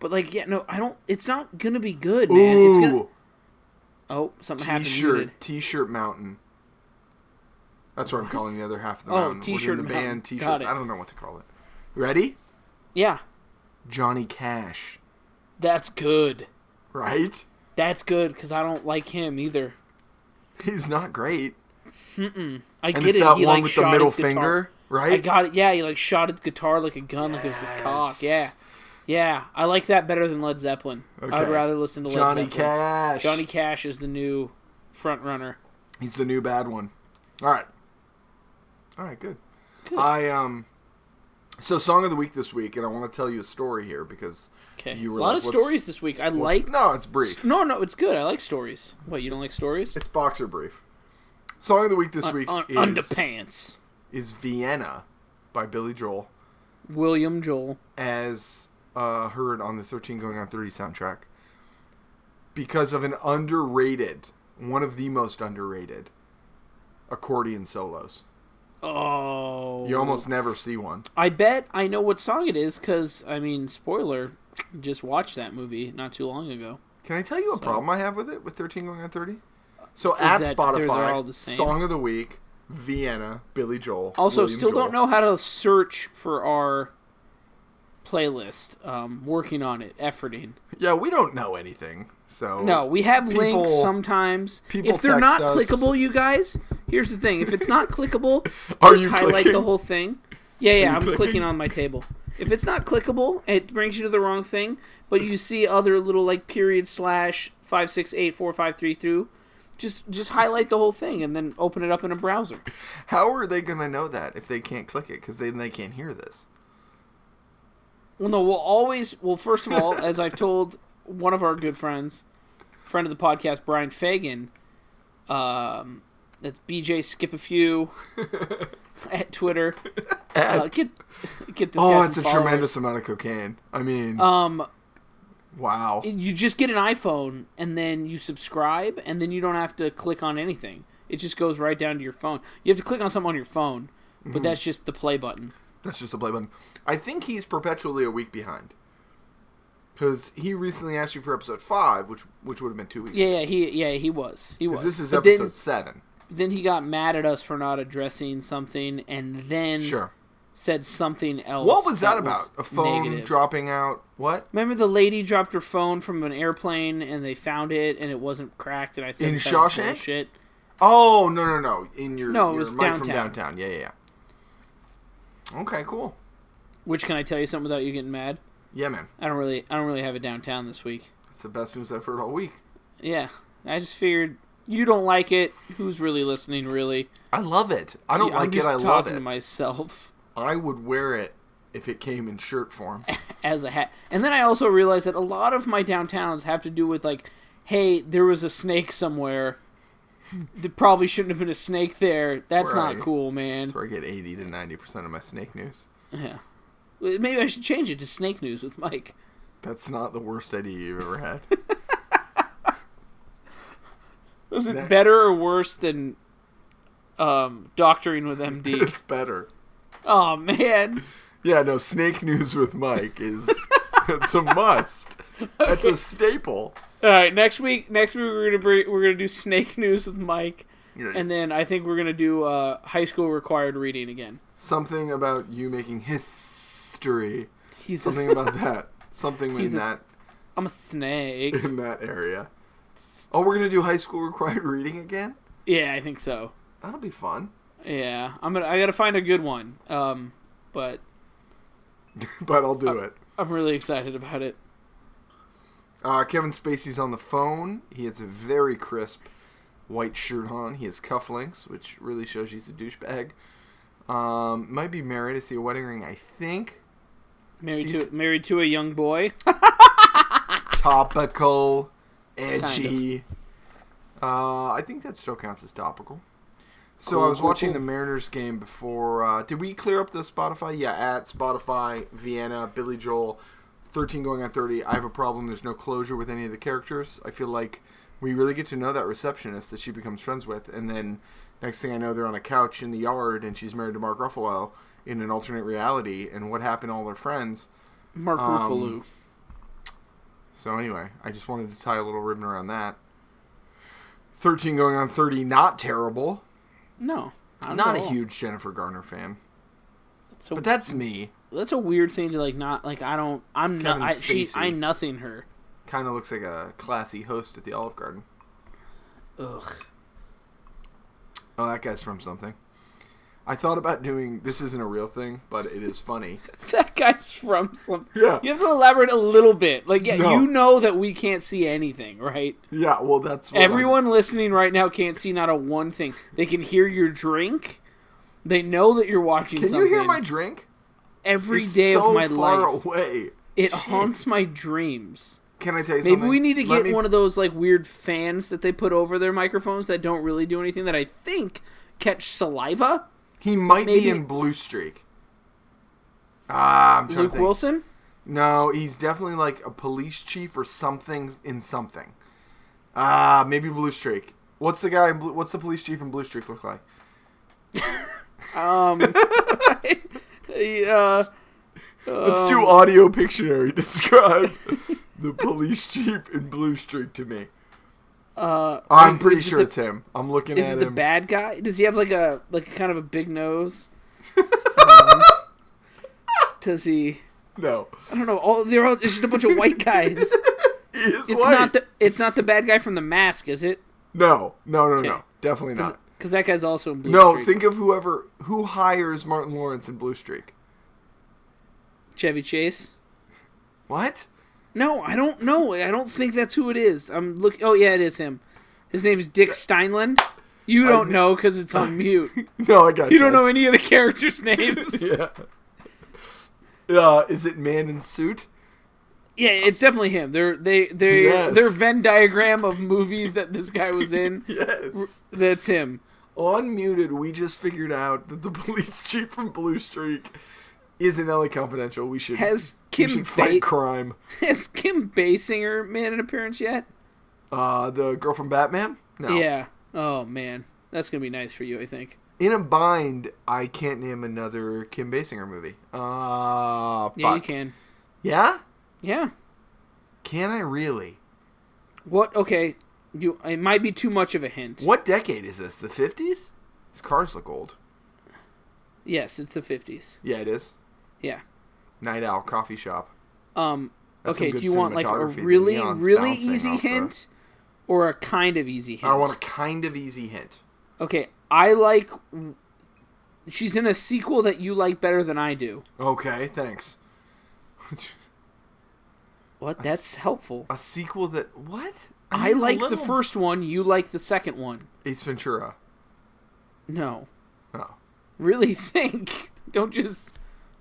Speaker 2: But like, yeah, no, I don't. It's not gonna be good, man. It's gonna,
Speaker 1: Ooh,
Speaker 2: oh, something happened.
Speaker 1: t-shirt,
Speaker 2: Muted.
Speaker 1: t-shirt mountain. That's what I'm calling the other half of the
Speaker 2: Oh,
Speaker 1: mountain. We're doing
Speaker 2: T-shirt
Speaker 1: the
Speaker 2: mountain.
Speaker 1: band
Speaker 2: Got
Speaker 1: t-shirts.
Speaker 2: it.
Speaker 1: I don't know what to call it. Ready?
Speaker 2: Yeah,
Speaker 1: Johnny Cash,
Speaker 2: that's good.
Speaker 1: right? <laughs>
Speaker 2: That's good because I don't like him either.
Speaker 1: He's not great.
Speaker 2: I
Speaker 1: And
Speaker 2: get
Speaker 1: it's
Speaker 2: it.
Speaker 1: that
Speaker 2: he,
Speaker 1: one
Speaker 2: like,
Speaker 1: with the
Speaker 2: shot
Speaker 1: middle
Speaker 2: his guitar.
Speaker 1: finger, right?
Speaker 2: I got it. Yeah, he like shot his guitar like a gun, like it was his cock. Yeah,
Speaker 1: Yes.
Speaker 2: yeah. I like that better than Led Zeppelin. I'd
Speaker 1: Okay.
Speaker 2: rather listen to Led
Speaker 1: Johnny
Speaker 2: Zeppelin.
Speaker 1: Cash.
Speaker 2: Johnny Cash is the new front runner.
Speaker 1: He's the new bad one. All right. All right, good. I um so song of the week this week and I want to tell you a story here because
Speaker 2: Okay,
Speaker 1: you were
Speaker 2: a lot
Speaker 1: like,
Speaker 2: of
Speaker 1: "What's-
Speaker 2: stories this week. I like.
Speaker 1: No, it's brief.
Speaker 2: No, no, it's good. I like stories. What you don't like stories?
Speaker 1: It's boxer brief. Song of the week this week
Speaker 2: Un-
Speaker 1: is
Speaker 2: underpants.
Speaker 1: is Vienna by Billy Joel
Speaker 2: William Joel.
Speaker 1: as uh, heard on the 13 going on 30 soundtrack because of an underrated one of the most underrated accordion solos.
Speaker 2: Oh,
Speaker 1: You almost never see one.
Speaker 2: I bet I know what song it is because I mean, spoiler. Just watched that movie not too long ago.
Speaker 1: Can I tell you a problem I have with it with 13 going on 30? So at
Speaker 2: that they're-
Speaker 1: Spotify,
Speaker 2: they're all the same?
Speaker 1: song of the week, Vienna, Billy Joel.
Speaker 2: Also,
Speaker 1: William
Speaker 2: still
Speaker 1: Joel.
Speaker 2: don't know how to search for our playlist. Um, working on it, efforting.
Speaker 1: Yeah, we don't know anything. So
Speaker 2: No, we have links
Speaker 1: people-
Speaker 2: sometimes.
Speaker 1: people
Speaker 2: if they're
Speaker 1: text
Speaker 2: not
Speaker 1: us.
Speaker 2: clickable, you guys, here's the thing. If it's not clickable,
Speaker 1: <laughs> Are
Speaker 2: just
Speaker 1: you
Speaker 2: highlight
Speaker 1: clicking?
Speaker 2: the whole thing. Yeah, yeah, I'm
Speaker 1: clicking?
Speaker 2: clicking on my table. If it's not clickable, it brings you to the wrong thing, but you see other little like period slash five six eight four five three two. Just just highlight the whole thing and then open it up in a browser.
Speaker 1: how are they going to know that if they can't click it cuz then they can't hear this?
Speaker 2: Well, no, we'll always. Well, first of all, as I've told one of our good friends, friend of the podcast, Brian Fagan, um, that's BJ Skip
Speaker 1: <laughs>
Speaker 2: a Few at Twitter. Uh, get get this. guy
Speaker 1: Oh,
Speaker 2: some
Speaker 1: it's a
Speaker 2: followers.
Speaker 1: tremendous amount of cocaine. I mean,
Speaker 2: Um,
Speaker 1: wow.
Speaker 2: you just get an iPhone and then you subscribe, and then you don't have to click on anything. It just goes right down to your phone. You have to click on something on your phone, but
Speaker 1: Mm-hmm.
Speaker 2: that's just the play button.
Speaker 1: That's just a play button. I think he's perpetually a week behind. Cuz he recently asked you for episode 5, which which would have been 2 weeks.
Speaker 2: Yeah, yeah, he, yeah, he was, he
Speaker 1: 'Cause
Speaker 2: was.
Speaker 1: This is
Speaker 2: But then-
Speaker 1: episode 7.
Speaker 2: then he got mad at us for not addressing something and then
Speaker 1: Sure.
Speaker 2: said something else.
Speaker 1: What was that, about?
Speaker 2: was
Speaker 1: a phone
Speaker 2: negative.
Speaker 1: dropping out? What?
Speaker 2: Remember the lady dropped her phone from an airplane and they found it and it wasn't cracked and I said
Speaker 1: In
Speaker 2: that was
Speaker 1: Shawshank?
Speaker 2: bullshit.
Speaker 1: Oh no no no! In your
Speaker 2: No, it
Speaker 1: your
Speaker 2: was
Speaker 1: mic from
Speaker 2: downtown.
Speaker 1: downtown. Yeah yeah. yeah. Okay, cool.
Speaker 2: Which can I tell you something without you getting mad?
Speaker 1: Yeah, man,
Speaker 2: I don't really I don't really have it downtown this week.
Speaker 1: that's the best news I've heard all week.
Speaker 2: Yeah. I just figured you don't like it. Who's really listening really?
Speaker 1: I love it. I don't
Speaker 2: I'm
Speaker 1: like it.
Speaker 2: just
Speaker 1: I
Speaker 2: talking
Speaker 1: love it.
Speaker 2: to myself.
Speaker 1: I would wear it if it came in shirt form. <laughs>
Speaker 2: as a hat. And then I also realized that a lot of my downtowns have to do with like, hey, there was a snake somewhere. There probably shouldn't have been a snake there. That's
Speaker 1: where
Speaker 2: not
Speaker 1: I-
Speaker 2: cool, man.
Speaker 1: That's where I get eighty to ninety percent of my snake news.
Speaker 2: Yeah. Well, Maybe I should change it to snake news with Mike.
Speaker 1: That's not the worst idea you've ever
Speaker 2: <laughs>
Speaker 1: had.
Speaker 2: Is it better or worse than um, doctoring with MD?
Speaker 1: it's better.
Speaker 2: oh man,
Speaker 1: Yeah, no, Snake News with Mike
Speaker 2: <laughs>
Speaker 1: is it's a must. That's a staple.
Speaker 2: All right, next week, next week we're gonna bring, we're gonna do snake news with Mike,
Speaker 1: Yeah.
Speaker 2: and then I think we're gonna do uh, high school required reading again.
Speaker 1: Something about you making
Speaker 2: <laughs>
Speaker 1: history.
Speaker 2: He's
Speaker 1: Something
Speaker 2: a,
Speaker 1: about that. Something in
Speaker 2: a-
Speaker 1: that
Speaker 2: I'm a snake.
Speaker 1: in that area. Oh, we're gonna do high school required reading again.
Speaker 2: Yeah, I think so.
Speaker 1: That'll be fun.
Speaker 2: Yeah, I'm gonna I gotta find a good one. Um, but
Speaker 1: But I'll do it.
Speaker 2: I'm really excited about it.
Speaker 1: Uh, Kevin Spacey's on the phone. He has a very crisp white shirt on. He has cufflinks, which really shows he's a douchebag. Um, might be married. I see a wedding ring, I think.
Speaker 2: Married
Speaker 1: He's-
Speaker 2: to married to a young boy.
Speaker 1: Topical, edgy. Uh, I think that still counts as topical. So
Speaker 2: Cool,
Speaker 1: I was
Speaker 2: cool,
Speaker 1: watching
Speaker 2: cool.
Speaker 1: the Mariners game before. Uh, did we clear up the Spotify? Yeah, at Spotify, Vienna, Billy Joel, 13 going on 30. I have a problem. There's no closure with any of the characters. I feel like we really get to know that receptionist that she becomes friends with. And then next thing I know, they're on a couch in the yard and she's married to Mark Ruffalo in an alternate reality. And what happened to all their friends?
Speaker 2: Mark
Speaker 1: Um,
Speaker 2: Ruffalo.
Speaker 1: So anyway, I just wanted to tie a little ribbon around that. Thirteen going on thirty, not terrible.
Speaker 2: No, I'm
Speaker 1: I'm not a huge Jennifer Garner fan,
Speaker 2: So
Speaker 1: but that's me.
Speaker 2: that's a weird thing to like. Not like I don't. I'm not.
Speaker 1: Kevin
Speaker 2: I, she.
Speaker 1: Spacey.
Speaker 2: I nothing her.
Speaker 1: Kind of looks like a classy host at the Olive Garden.
Speaker 2: Ugh. <laughs>
Speaker 1: Oh, that guy's from something. I thought about doing this. Isn't a real thing, but it is
Speaker 2: <laughs>
Speaker 1: funny.
Speaker 2: That guy's from some.
Speaker 1: Yeah.
Speaker 2: You have to elaborate a little bit. Like, yeah,
Speaker 1: No.
Speaker 2: you know that we can't see anything, right?
Speaker 1: Yeah, well, that's what I'm-
Speaker 2: Everyone listening right now can't see not a one thing. They can hear your drink. They know that you're watching
Speaker 1: Can
Speaker 2: something.
Speaker 1: you hear my drink?
Speaker 2: every
Speaker 1: It's
Speaker 2: day
Speaker 1: so
Speaker 2: of my
Speaker 1: far
Speaker 2: life.
Speaker 1: away.
Speaker 2: It haunts my dreams.
Speaker 1: Can I tell you
Speaker 2: Maybe
Speaker 1: something?
Speaker 2: we need to
Speaker 1: Let
Speaker 2: get
Speaker 1: me-
Speaker 2: one of those like weird fans that they put over their microphones that don't really do anything that I think catch saliva.
Speaker 1: He might be
Speaker 2: maybe-
Speaker 1: in Blue Streak. Ah, I'm trying to
Speaker 2: Luke
Speaker 1: think.
Speaker 2: Wilson?
Speaker 1: No, he's definitely like a police chief or something in something. Ah, maybe Blue Streak. What's the guy? In Blue, what's the police chief in Blue Streak look like?
Speaker 2: Uh,
Speaker 1: Let's
Speaker 2: Um,
Speaker 1: do audio Pictionary. <laughs> Describe the police chief in Blue Streak to me. Uh, I'm
Speaker 2: I-
Speaker 1: pretty
Speaker 2: is it
Speaker 1: sure
Speaker 2: the-
Speaker 1: it's him. I'm looking
Speaker 2: is
Speaker 1: at
Speaker 2: it
Speaker 1: him.
Speaker 2: the bad guy? Does he have like a like kind of a
Speaker 1: <laughs>
Speaker 2: big nose? um, does he?
Speaker 1: no,
Speaker 2: I don't know. All they're all it's just a bunch of white guys.
Speaker 1: <laughs> he is
Speaker 2: It's
Speaker 1: white.
Speaker 2: not the it's not the bad guy from the mask, is it?
Speaker 1: no, no, no, no,
Speaker 2: Okay.
Speaker 1: definitely not.
Speaker 2: Because that guy's also in blue.
Speaker 1: No,
Speaker 2: Streak.
Speaker 1: think of whoever who hires Martin Lawrence in Blue Streak.
Speaker 2: Chevy Chase.
Speaker 1: What? <laughs>
Speaker 2: No, I don't know. I don't think that's who it is. I'm look. Oh yeah, it is him. His name is Dick Steinland. You don't
Speaker 1: kn-
Speaker 2: know because
Speaker 1: <laughs>
Speaker 2: it's on mute.
Speaker 1: No, I got
Speaker 2: You don't know
Speaker 1: It's-
Speaker 2: any of the characters'
Speaker 1: <laughs>
Speaker 2: names.
Speaker 1: Yeah. Uh, is it man in suit?
Speaker 2: Yeah, it's definitely him. They're they they
Speaker 1: Yes.
Speaker 2: their Venn diagram of movies that this guy was
Speaker 1: <laughs>
Speaker 2: in.
Speaker 1: Yes.
Speaker 2: That's him.
Speaker 1: Unmuted, we just figured out that the <laughs> police chief from Blue Streak is in LA Confidential. We should
Speaker 2: Has
Speaker 1: we
Speaker 2: Kim
Speaker 1: should fight
Speaker 2: ba-
Speaker 1: crime.
Speaker 2: has Kim Basinger made an appearance yet?
Speaker 1: Uh, the girl from Batman. No.
Speaker 2: Yeah. Oh man, that's gonna be nice for you, I think.
Speaker 1: In a bind, I can't name another Kim Basinger movie. Uh,
Speaker 2: Yeah, you
Speaker 1: fuck.
Speaker 2: can.
Speaker 1: Yeah.
Speaker 2: Yeah.
Speaker 1: Can I really?
Speaker 2: What? Okay. You. It might be too much of a hint.
Speaker 1: What decade is this? The fifties? His cars look old.
Speaker 2: Yes, it's the fifties.
Speaker 1: Yeah, it is.
Speaker 2: Yeah.
Speaker 1: Night Owl Coffee Shop.
Speaker 2: Um.
Speaker 1: That's some
Speaker 2: okay.
Speaker 1: good
Speaker 2: Do you want like a
Speaker 1: cinematography, the
Speaker 2: really,
Speaker 1: neon's
Speaker 2: really
Speaker 1: bouncing
Speaker 2: easy
Speaker 1: off the-
Speaker 2: hint, or a kind of easy hint?
Speaker 1: I want a kind of easy hint.
Speaker 2: Okay. I like. She's in a sequel that you like better than I do.
Speaker 1: Okay, thanks. <laughs>
Speaker 2: What? That's helpful.
Speaker 1: a sequel that what?
Speaker 2: I
Speaker 1: mean, a
Speaker 2: like the
Speaker 1: little-
Speaker 2: first one. You like the second one.
Speaker 1: Ace Ventura.
Speaker 2: No.
Speaker 1: Oh.
Speaker 2: Really <laughs> think. Don't just.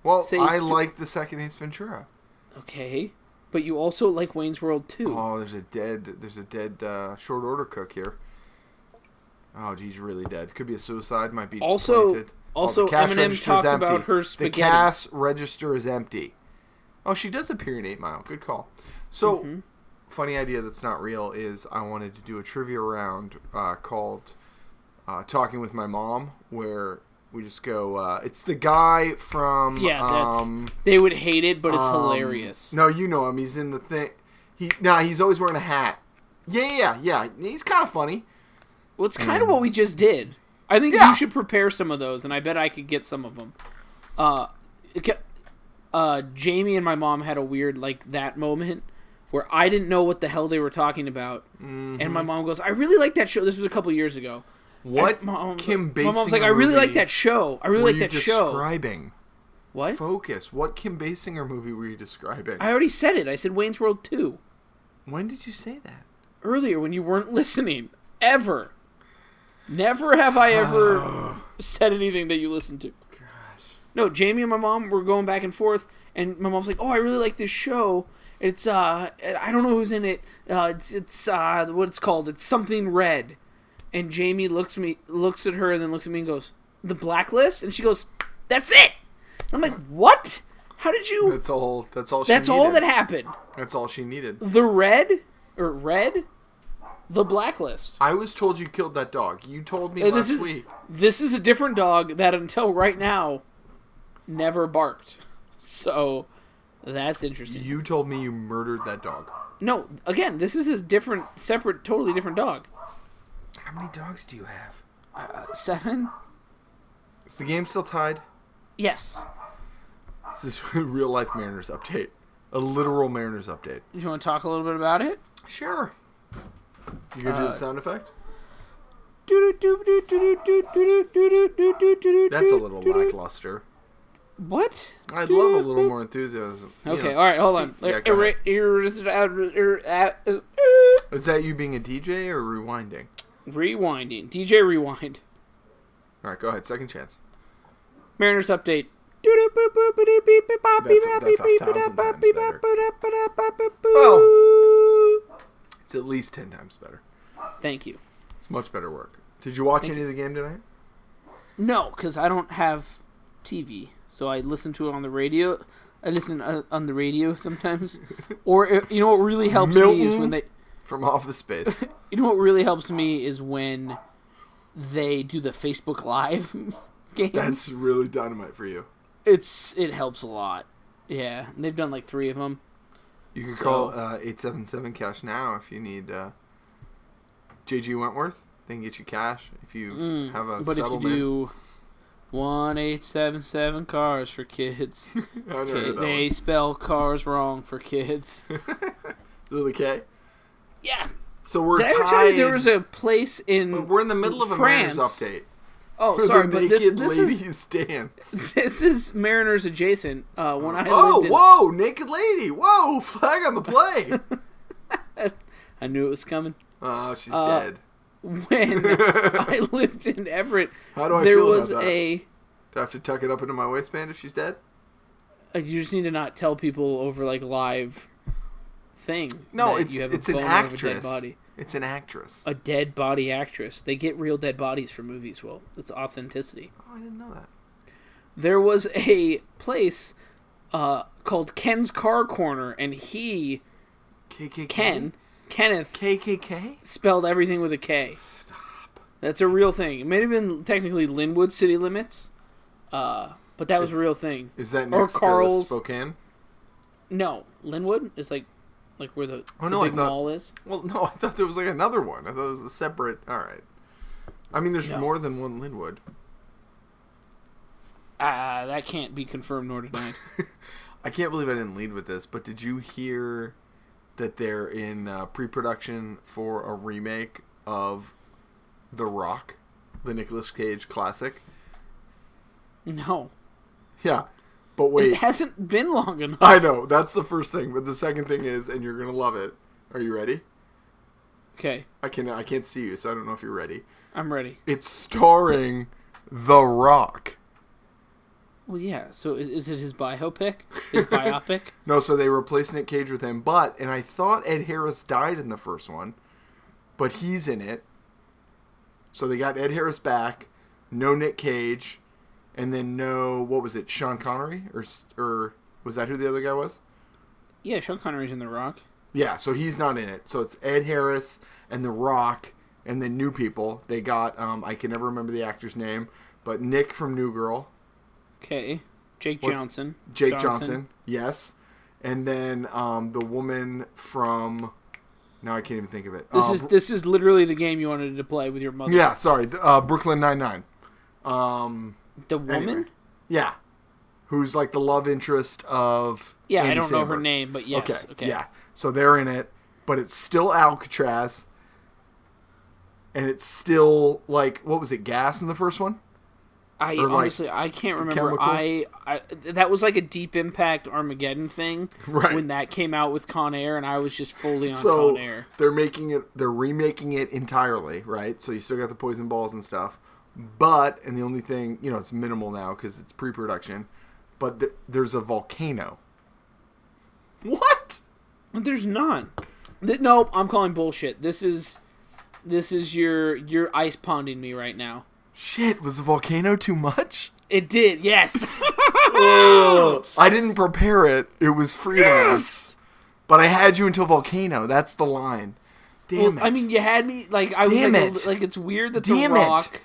Speaker 1: Well,
Speaker 2: Say
Speaker 1: I
Speaker 2: stu-
Speaker 1: like the second Ace Ventura.
Speaker 2: Okay. But you also like Wayne's World too.
Speaker 1: Oh, there's a dead there's a dead uh, short order cook here. Oh, he's really dead. Could be a suicide. Might be
Speaker 2: Also-
Speaker 1: planted. Oh,
Speaker 2: also Eminem talked about her spaghetti.
Speaker 1: The cash register is empty. Oh, she does appear in Eight Mile. Good call. So,
Speaker 2: Mm-hmm.
Speaker 1: funny idea that's not real is I wanted to do a trivia round uh, called uh, "Talking with My Mom," where We just go. Uh, it's the guy from.
Speaker 2: Yeah, that's
Speaker 1: um,
Speaker 2: they would hate it, but it's
Speaker 1: um,
Speaker 2: hilarious.
Speaker 1: No, you know him. He's in the thing. He nah. He's always wearing a hat. Yeah, yeah, yeah. yeah. He's kind of funny.
Speaker 2: Well, it's kind of what we just did. I think
Speaker 1: Um, Yeah.
Speaker 2: you should prepare some of those, and I bet I could get some of them. Uh, it ca- uh, Jamie and my mom had a weird like that moment where I didn't know what the hell they were talking about, and my mom goes, "I really like that show." This was a couple years ago.
Speaker 1: Mm-hmm. What
Speaker 2: And my mom was
Speaker 1: Kim
Speaker 2: like-
Speaker 1: Basinger?
Speaker 2: My mom's like, "I really like
Speaker 1: movie
Speaker 2: that show. I really
Speaker 1: were
Speaker 2: like
Speaker 1: you
Speaker 2: that show."
Speaker 1: describing?
Speaker 2: What?
Speaker 1: Focus. What Kim Basinger movie were you describing?
Speaker 2: I already said it. I said Wayne's World two
Speaker 1: when did you say that?
Speaker 2: earlier when you weren't <laughs> listening. Ever, never have I ever said anything that you listened to. No, Jamie and my mom were going back and forth, and my mom's like, "Oh, I really like this show. It's uh, I don't know who's in it. Uh, it's, it's uh, what it's called. It's something red." And Jamie looks me looks at her and then looks at me and goes, "The blacklist." And she goes, "That's it." And I'm like, "What? How did you?
Speaker 1: That's all. That's all. She
Speaker 2: That's all
Speaker 1: needed.
Speaker 2: that happened.
Speaker 1: That's all she needed.
Speaker 2: The red or red, the blacklist."
Speaker 1: I was told you killed that dog. You told me
Speaker 2: Hey,
Speaker 1: last
Speaker 2: this is
Speaker 1: week.
Speaker 2: this is a different dog that until right now never barked. So that's interesting.
Speaker 1: You told me you murdered that dog.
Speaker 2: No, again, this is a different, separate, totally different dog.
Speaker 1: How many dogs do you have?
Speaker 2: Seven?
Speaker 1: Is the game still tied?
Speaker 2: Yes.
Speaker 1: This is <laughs> a real life Mariners update. A literal Mariners update.
Speaker 2: You want to talk a little bit about it?
Speaker 1: Sure. You gonna do the sound effect? That's a little lackluster.
Speaker 2: What?
Speaker 1: I'd love a little more enthusiasm. you
Speaker 2: Okay,
Speaker 1: know,
Speaker 2: all right, hold on.
Speaker 1: speak- yeah, go ahead. Is that you being a DJ or rewinding?
Speaker 2: Rewinding. DJ Rewind.
Speaker 1: All right, go ahead. Second chance.
Speaker 2: Mariners update.
Speaker 1: that's a thousand times better. Well, it's at least ten times better.
Speaker 2: Thank you.
Speaker 1: It's much better work. Did you watch any of the game tonight?
Speaker 2: No, because I don't have TV, so I listen to it on the radio. I listen uh, on the radio sometimes, or uh, you know what really helps me is
Speaker 1: Milton.
Speaker 2: when they.
Speaker 1: From <laughs> Office Space.
Speaker 2: <laughs> You know what really helps me is when they do the Facebook Live games.
Speaker 1: That's really dynamite for you.
Speaker 2: It's it helps a lot. Yeah, and they've done like three of them.
Speaker 1: You can
Speaker 2: So-
Speaker 1: call uh, 877 Cash now if you need uh, JG Wentworth. They can get you cash if you have a
Speaker 2: Mm, But if you
Speaker 1: settlement.
Speaker 2: do one eight seven seven cars
Speaker 1: <laughs>
Speaker 2: for kids,
Speaker 1: I never heard that
Speaker 2: they
Speaker 1: one.
Speaker 2: spell cars wrong
Speaker 1: <laughs>
Speaker 2: for kids.
Speaker 1: Really, K?
Speaker 2: yeah,
Speaker 1: So we're
Speaker 2: Did I ever
Speaker 1: tied.
Speaker 2: tell you there was a place in
Speaker 1: we're in the middle of a
Speaker 2: France.
Speaker 1: Mariners update. <laughs>
Speaker 2: Oh,
Speaker 1: for
Speaker 2: <laughs> sorry,
Speaker 1: the
Speaker 2: but this
Speaker 1: naked
Speaker 2: this
Speaker 1: ladies
Speaker 2: is
Speaker 1: <laughs> dance.
Speaker 2: this is Mariners adjacent. Uh, when <laughs> I
Speaker 1: Oh,
Speaker 2: lived in,
Speaker 1: whoa, naked lady! Whoa, <laughs> flag on the
Speaker 2: <laughs>
Speaker 1: play.
Speaker 2: I knew it was coming.
Speaker 1: oh, she's
Speaker 2: Uh,
Speaker 1: dead.
Speaker 2: When
Speaker 1: <laughs>
Speaker 2: I lived in Everett,
Speaker 1: How do I
Speaker 2: there
Speaker 1: feel about
Speaker 2: was
Speaker 1: that?
Speaker 2: a.
Speaker 1: Do I have to tuck it up into my waistband if she's dead?
Speaker 2: uh, You just need to not tell people over like live thing.
Speaker 1: No,
Speaker 2: that
Speaker 1: it's
Speaker 2: you have
Speaker 1: it's
Speaker 2: a
Speaker 1: an
Speaker 2: boner of
Speaker 1: actress.
Speaker 2: A dead body. Uh,
Speaker 1: It's an actress.
Speaker 2: A dead body actress. They get real dead bodies for movies. Well, it's authenticity.
Speaker 1: oh, I didn't know that.
Speaker 2: there was a place uh, called Ken's Car Corner, and he
Speaker 1: KKK.
Speaker 2: Ken Kenneth
Speaker 1: KKK.
Speaker 2: spelled everything with a K.
Speaker 1: Stop.
Speaker 2: That's a real thing. It may have been technically Linwood City Limits, uh, but that was a
Speaker 1: Is-
Speaker 2: real thing.
Speaker 1: Is that
Speaker 2: Or
Speaker 1: next
Speaker 2: Carl's-
Speaker 1: to Spokane?
Speaker 2: No, Linwood is like, like where the,
Speaker 1: Oh,
Speaker 2: the
Speaker 1: no, I
Speaker 2: big
Speaker 1: thought-
Speaker 2: mall is.
Speaker 1: Well, no, <laughs> I thought there was like another one. I thought it was a separate. All right. I mean, there's
Speaker 2: No.
Speaker 1: more than one Linwood.
Speaker 2: Ah, that can't be confirmed
Speaker 1: <laughs>
Speaker 2: nor denied.
Speaker 1: I can't believe I didn't lead with this, but did you hear that they're in uh, pre-production for a remake of The Rock, the Nicolas Cage classic?
Speaker 2: no,
Speaker 1: Yeah, but
Speaker 2: it <laughs>
Speaker 1: wait,
Speaker 2: hasn't been long enough.
Speaker 1: I know that's the first thing, but the second thing is, and you're gonna love it. Are you ready?
Speaker 2: Okay,
Speaker 1: I can I can't see you, so I don't know if you're ready.
Speaker 2: I'm ready.
Speaker 1: It's starring The Rock.
Speaker 2: Well, yeah. So is, is it his biopic?
Speaker 1: <laughs>
Speaker 2: His biopic?
Speaker 1: No, so they replaced Nick Cage with him, but and I thought Ed Harris died in the first one, but he's in it. So they got Ed Harris back, no Nick Cage, and then no what was it? Sean Connery or s- or was that who the other guy was?
Speaker 2: Yeah, Sean Connery's in The Rock.
Speaker 1: Yeah, so he's not in it. So it's Ed Harris and The Rock and then new people. They got um I can never remember the actor's name, But Nick from New Girl,
Speaker 2: Okay. Jake
Speaker 1: What's-
Speaker 2: Johnson.
Speaker 1: Jake Johnson, yes, and then um, the woman from. Now I can't even think of it.
Speaker 2: This
Speaker 1: Uh,
Speaker 2: is
Speaker 1: Br-
Speaker 2: this is literally the game you wanted to play with your mother.
Speaker 1: yeah, sorry, th- uh, Brooklyn Nine Nine. Um,
Speaker 2: The woman?
Speaker 1: anyway. yeah, who's like the love interest of.
Speaker 2: Yeah, I
Speaker 1: Andy
Speaker 2: don't know her
Speaker 1: Samberg.
Speaker 2: name, but yes. Okay.
Speaker 1: Yeah. So they're in it, but it's still Alcatraz, and it's still like what was it? Gas in the first one.
Speaker 2: I
Speaker 1: Or, like,
Speaker 2: honestly I can't remember.
Speaker 1: chemical?
Speaker 2: I, I that was like a Deep Impact Armageddon thing
Speaker 1: Right.
Speaker 2: when that came out with Con Air, and I was just fully on
Speaker 1: So
Speaker 2: Con Air.
Speaker 1: they're making it. They're remaking it entirely, right? So you still got the poison balls and stuff, but and the only thing you know it's minimal now because it's pre-production, but th- there's a volcano. What?
Speaker 2: There's not. Th- nope, I'm calling bullshit. This is this is your you're ice ponding me right now.
Speaker 1: Shit, was the volcano too much?
Speaker 2: It did, yes. <laughs>
Speaker 1: I didn't prepare it. It was freelance. But I had you until volcano. That's the line. Damn it.
Speaker 2: I mean, you had me like I was
Speaker 1: Damn
Speaker 2: like, a-
Speaker 1: it.
Speaker 2: like it's weird that
Speaker 1: Damn it.
Speaker 2: the Rock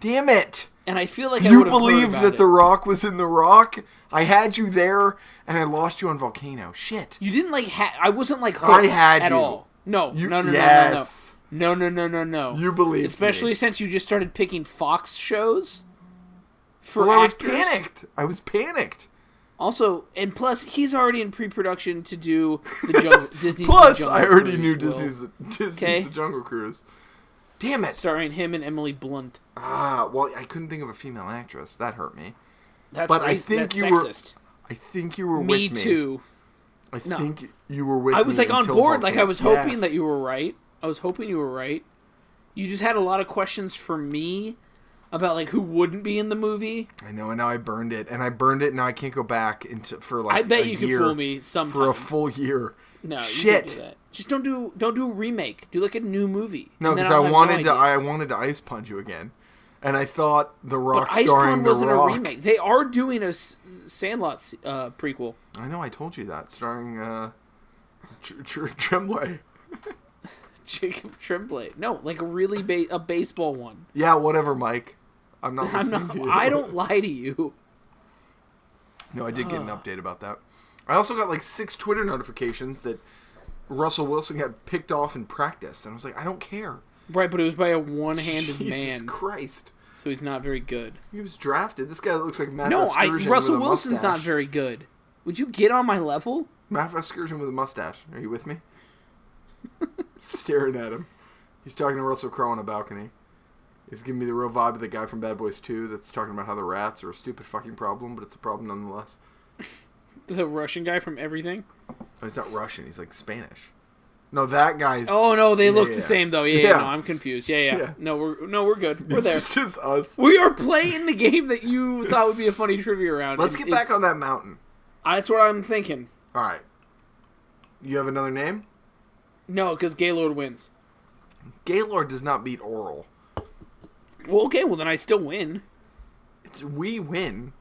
Speaker 1: damn it.
Speaker 2: and I feel like I
Speaker 1: You
Speaker 2: would've heard
Speaker 1: believed
Speaker 2: about
Speaker 1: that
Speaker 2: it.
Speaker 1: the rock was in the rock. I had you there, and I lost you on volcano. Shit.
Speaker 2: You didn't like. Ha- I wasn't like. Hooked
Speaker 1: had
Speaker 2: at
Speaker 1: you.
Speaker 2: all. No,
Speaker 1: You-
Speaker 2: no, no,
Speaker 1: yes.
Speaker 2: no, no, no, no, no, no.
Speaker 1: You believed
Speaker 2: especially
Speaker 1: me.
Speaker 2: since you just started picking Fox shows. For
Speaker 1: Well, I was
Speaker 2: actors.
Speaker 1: panicked. I was panicked.
Speaker 2: Also, and plus, he's already in pre-production to do
Speaker 1: <laughs>
Speaker 2: the jungle, Disney's.
Speaker 1: Plus,
Speaker 2: the
Speaker 1: I
Speaker 2: Jungle
Speaker 1: already
Speaker 2: Cruise
Speaker 1: knew
Speaker 2: will-
Speaker 1: Disney's Disney's
Speaker 2: Okay.
Speaker 1: The <laughs> Jungle Cruise. Damn it.
Speaker 2: starring him and Emily Blunt.
Speaker 1: Ah, well, I couldn't think of a female actress. That hurt me.
Speaker 2: That's
Speaker 1: But I
Speaker 2: rac-
Speaker 1: think
Speaker 2: that's
Speaker 1: you were
Speaker 2: sexist.
Speaker 1: I think you were
Speaker 2: Me
Speaker 1: with me.
Speaker 2: too.
Speaker 1: I think you were with me.
Speaker 2: I was like on
Speaker 1: until
Speaker 2: board. Like I
Speaker 1: volcano.
Speaker 2: was hoping
Speaker 1: Yes.
Speaker 2: that you were right. I was hoping you were right. You just had a lot of questions for me about like who wouldn't be in the movie.
Speaker 1: I know, and now I burned it, and I burned it. Now I can't go back into for like.
Speaker 2: I bet
Speaker 1: a
Speaker 2: you can
Speaker 1: year,
Speaker 2: fool me sometime.
Speaker 1: for a full year.
Speaker 2: no,
Speaker 1: shit.
Speaker 2: You can do that. Just don't do don't do a remake. Do like a new movie.
Speaker 1: No,
Speaker 2: And then
Speaker 1: because I
Speaker 2: I'll have
Speaker 1: wanted to.
Speaker 2: idea.
Speaker 1: I wanted to ice punch you again, and I thought the Rock
Speaker 2: Ice
Speaker 1: starring
Speaker 2: Pond
Speaker 1: the
Speaker 2: wasn't
Speaker 1: Rock.
Speaker 2: a remake. They are doing a S- Sandlot s- uh, prequel. <laughs>
Speaker 1: I know, I told you that starring uh, <laughs> Tr- Tr- Tremblay.
Speaker 2: Jacob Tremblay. No, like a really ba- a baseball one.
Speaker 1: Yeah, whatever, Mike. I'm not.
Speaker 2: I'm
Speaker 1: listening
Speaker 2: not.
Speaker 1: to you.
Speaker 2: <laughs> I don't lie
Speaker 1: <laughs>
Speaker 2: to you.
Speaker 1: No, I did get an
Speaker 2: Uh.
Speaker 1: update about that. I also got like six Twitter notifications that Russell Wilson got picked off in practice, and I was like, I don't care.
Speaker 2: Right, but it was by a
Speaker 1: <laughs>
Speaker 2: one-handed
Speaker 1: Jesus
Speaker 2: man,
Speaker 1: Christ.
Speaker 2: so he's not very good.
Speaker 1: He was drafted. This guy looks like Matt
Speaker 2: No, I
Speaker 1: Vasgersian
Speaker 2: Russell
Speaker 1: with a
Speaker 2: Wilson's
Speaker 1: mustache.
Speaker 2: not very good. Would you get on my level?
Speaker 1: Matt Vasgersian with a mustache. Are you with me? <laughs> Staring at him. He's talking to Russell Crowe on a balcony. He's giving me the real vibe of the guy from Bad Boys 2 that's talking about how the rats are a stupid fucking problem, but it's a problem nonetheless.
Speaker 2: The Russian guy from Everything.
Speaker 1: No, he's not Russian. He's like Spanish. No, that guy's. <laughs>
Speaker 2: Oh no, they
Speaker 1: Yeah,
Speaker 2: look
Speaker 1: yeah.
Speaker 2: the same though. Yeah, yeah.
Speaker 1: Yeah.
Speaker 2: no, I'm confused. Yeah, yeah,
Speaker 1: Yeah.
Speaker 2: No, we're no, we're good. We're there.
Speaker 1: It's just us.
Speaker 2: We are playing the game that you thought would be a funny trivia round.
Speaker 1: Let's
Speaker 2: It-
Speaker 1: get back
Speaker 2: it's-
Speaker 1: on that mountain.
Speaker 2: That's what I'm thinking.
Speaker 1: All right. You have another name?
Speaker 2: No, because Gaylord wins.
Speaker 1: Gaylord does not beat Oral.
Speaker 2: Well, okay. Well, then I still win.
Speaker 1: It's we win.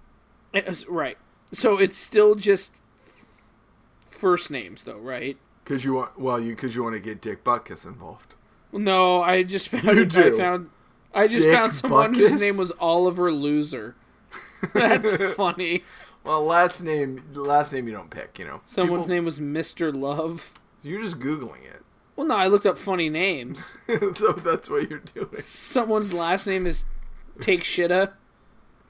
Speaker 2: It is- right. So it's still just first names though, right?
Speaker 1: Cause you want well, you cause you want to get Dick Butkus involved.
Speaker 2: No, I just found.
Speaker 1: You
Speaker 2: I
Speaker 1: do.
Speaker 2: found. I just
Speaker 1: Dick
Speaker 2: found someone whose
Speaker 1: Buckus?
Speaker 2: name was
Speaker 1: <laughs>
Speaker 2: Oliver Loser. That's funny.
Speaker 1: Well, last name, last name you don't pick, you know.
Speaker 2: Someone's
Speaker 1: People-
Speaker 2: name was Mr. Love.
Speaker 1: You're just googling it,
Speaker 2: Well, no, I looked up funny names.
Speaker 1: <laughs> so that's what you're doing.
Speaker 2: Someone's last name is Take Shitta.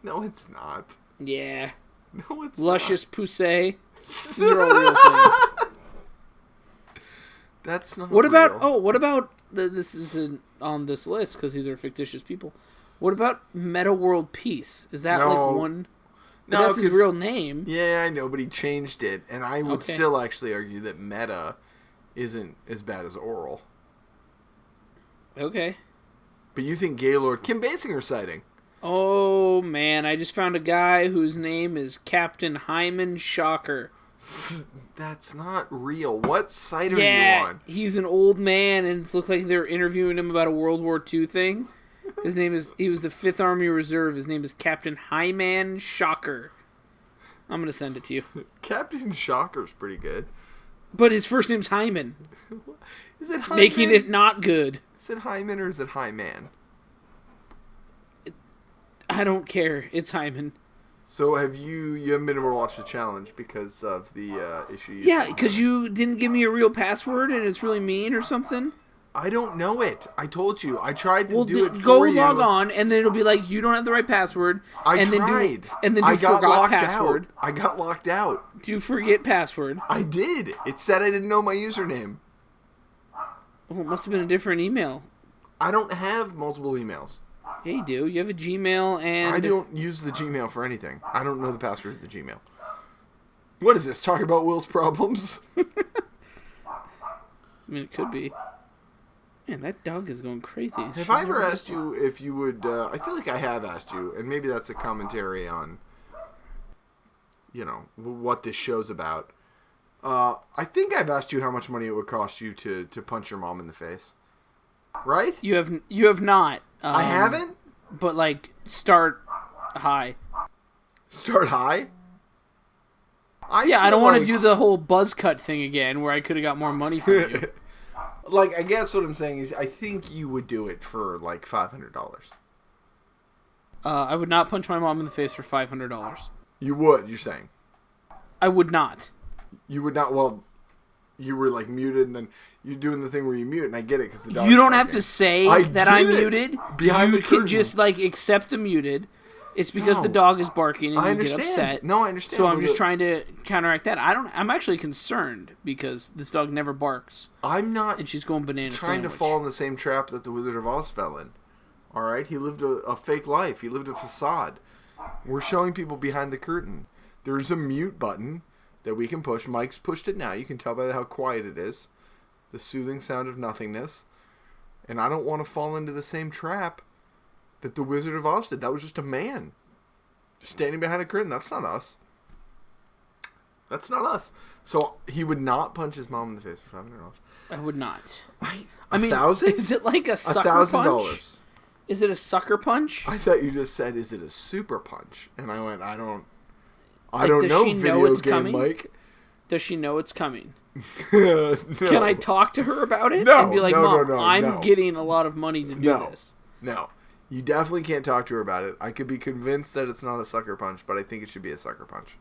Speaker 1: No, it's not.
Speaker 2: Yeah.
Speaker 1: No, it's <laughs>
Speaker 2: Luscious Pousse.
Speaker 1: Not.
Speaker 2: These are all real things.
Speaker 1: <laughs> That's not.
Speaker 2: What about
Speaker 1: real.
Speaker 2: oh? What about th- this isn't on this list because these are fictitious people. What about Meta World Peace? Is that
Speaker 1: No.
Speaker 2: like one?
Speaker 1: No,
Speaker 2: that's his
Speaker 1: 'cause-
Speaker 2: real name.
Speaker 1: Yeah, I know, but he changed it, and I would
Speaker 2: Okay.
Speaker 1: still actually argue that Meta isn't as bad as Oral.
Speaker 2: Okay.
Speaker 1: But you think Gaylord Kim Basinger sighting? <laughs>
Speaker 2: Oh man, I just found a guy whose name is Captain Hyman Shocker.
Speaker 1: That's not real. What site are you
Speaker 2: Yeah,
Speaker 1: on?
Speaker 2: he's an old man, and it looks like they're interviewing him about a World War II thing. His name is he was the Fifth Army Reserve. His name is Captain Hyman Shocker. I'm gonna send it to you,
Speaker 1: Captain Shocker's pretty good.
Speaker 2: but his first name's Hyman,
Speaker 1: Is it Hyman?
Speaker 2: making it not good.
Speaker 1: Is it Hyman or is it Hyman?
Speaker 2: I I don't care. It's Hyman.
Speaker 1: So have you? You haven't been able to watch the challenge because of the uh, issues.
Speaker 2: Yeah, because you didn't give me a real password and it's really mean or something.
Speaker 1: I don't know it. I told you. I tried to
Speaker 2: Well,
Speaker 1: do
Speaker 2: do,
Speaker 1: it.
Speaker 2: go
Speaker 1: for you.
Speaker 2: log on, and then it'll be like you don't have the right password.
Speaker 1: I
Speaker 2: and Then
Speaker 1: tried.
Speaker 2: do, and then do
Speaker 1: I got
Speaker 2: forgot
Speaker 1: locked
Speaker 2: password.
Speaker 1: out. I got locked out.
Speaker 2: Do forget password.
Speaker 1: I did. It said I didn't know my username.
Speaker 2: Oh, it must have been a different email.
Speaker 1: I don't have multiple emails.
Speaker 2: Yeah, you do. You have a Gmail and
Speaker 1: I don't use the Gmail for anything. I don't know the password to the Gmail. What is this? Talk about Will's problems? <laughs>
Speaker 2: I mean, it could be. Man, that dog is going crazy.
Speaker 1: Have I ever asked you if you would? Uh, I feel like I have asked you, and maybe that's a commentary on, you know, w- what this show's about. Uh, I think I've asked you how much money it would cost you to to punch your mom in the face, right?
Speaker 2: You have. You have not. Um,
Speaker 1: I haven't.
Speaker 2: But like, start high.
Speaker 1: Start high. I
Speaker 2: Yeah, I
Speaker 1: feel
Speaker 2: don't want to
Speaker 1: like-
Speaker 2: do the whole buzz cut thing again, where I could have got more money from you.
Speaker 1: <laughs> Like, I guess what I'm saying is, I think you would do it for like five hundred dollars.
Speaker 2: Uh, I would not punch my mom in the face for five hundred dollars.
Speaker 1: You would. You're saying
Speaker 2: I would not.
Speaker 1: you would not. Well, you were like muted, and then you're doing the thing where you mute, and I get it because the dog's
Speaker 2: You don't have
Speaker 1: barking.
Speaker 2: to say
Speaker 1: I
Speaker 2: that I'm
Speaker 1: did it.
Speaker 2: muted.
Speaker 1: Behind
Speaker 2: you
Speaker 1: the
Speaker 2: can
Speaker 1: curtain.
Speaker 2: just like accept the muted. It's because the
Speaker 1: No.
Speaker 2: dog is barking and
Speaker 1: I
Speaker 2: you
Speaker 1: understand.
Speaker 2: get upset.
Speaker 1: No, I understand.
Speaker 2: So I'm
Speaker 1: Well,
Speaker 2: just
Speaker 1: the-
Speaker 2: trying to counteract that. I don't. I'm actually concerned because this dog never barks
Speaker 1: I'm not
Speaker 2: and she's going banana
Speaker 1: trying
Speaker 2: sandwich.
Speaker 1: to fall in the same trap that the Wizard of Oz fell in. All right, he lived a, a fake life. He lived a facade. We're showing people behind the curtain. There's a mute button that we can push. Mike's pushed it now. You can tell by how quiet it is. The soothing sound of nothingness. And I don't want to fall into the same trap that the Wizard of Oz did. That was just a man standing behind a curtain. That's not us. That's not us. So he would not punch his mom in the face for five hundred dollars.
Speaker 2: I would not.
Speaker 1: A
Speaker 2: I mean,
Speaker 1: thousand?
Speaker 2: is it like a
Speaker 1: A
Speaker 2: sucker
Speaker 1: thousand
Speaker 2: punch?
Speaker 1: dollars.
Speaker 2: Is it a sucker punch?
Speaker 1: I thought you just said, "Is it a super punch?" And I went, "I don't, I
Speaker 2: Like,
Speaker 1: don't
Speaker 2: does
Speaker 1: know."
Speaker 2: she know
Speaker 1: Video
Speaker 2: it's
Speaker 1: game,
Speaker 2: coming?
Speaker 1: Mike. <laughs>
Speaker 2: Does she know it's coming?
Speaker 1: No.
Speaker 2: Can I talk to her about it
Speaker 1: No,
Speaker 2: and be like,
Speaker 1: no, no,
Speaker 2: "Mom,
Speaker 1: no,
Speaker 2: I'm
Speaker 1: no.
Speaker 2: getting a lot of money to do
Speaker 1: No.
Speaker 2: this"?
Speaker 1: No, you definitely can't talk to her about it. I could be convinced that it's not a sucker punch, but I think it should be a sucker punch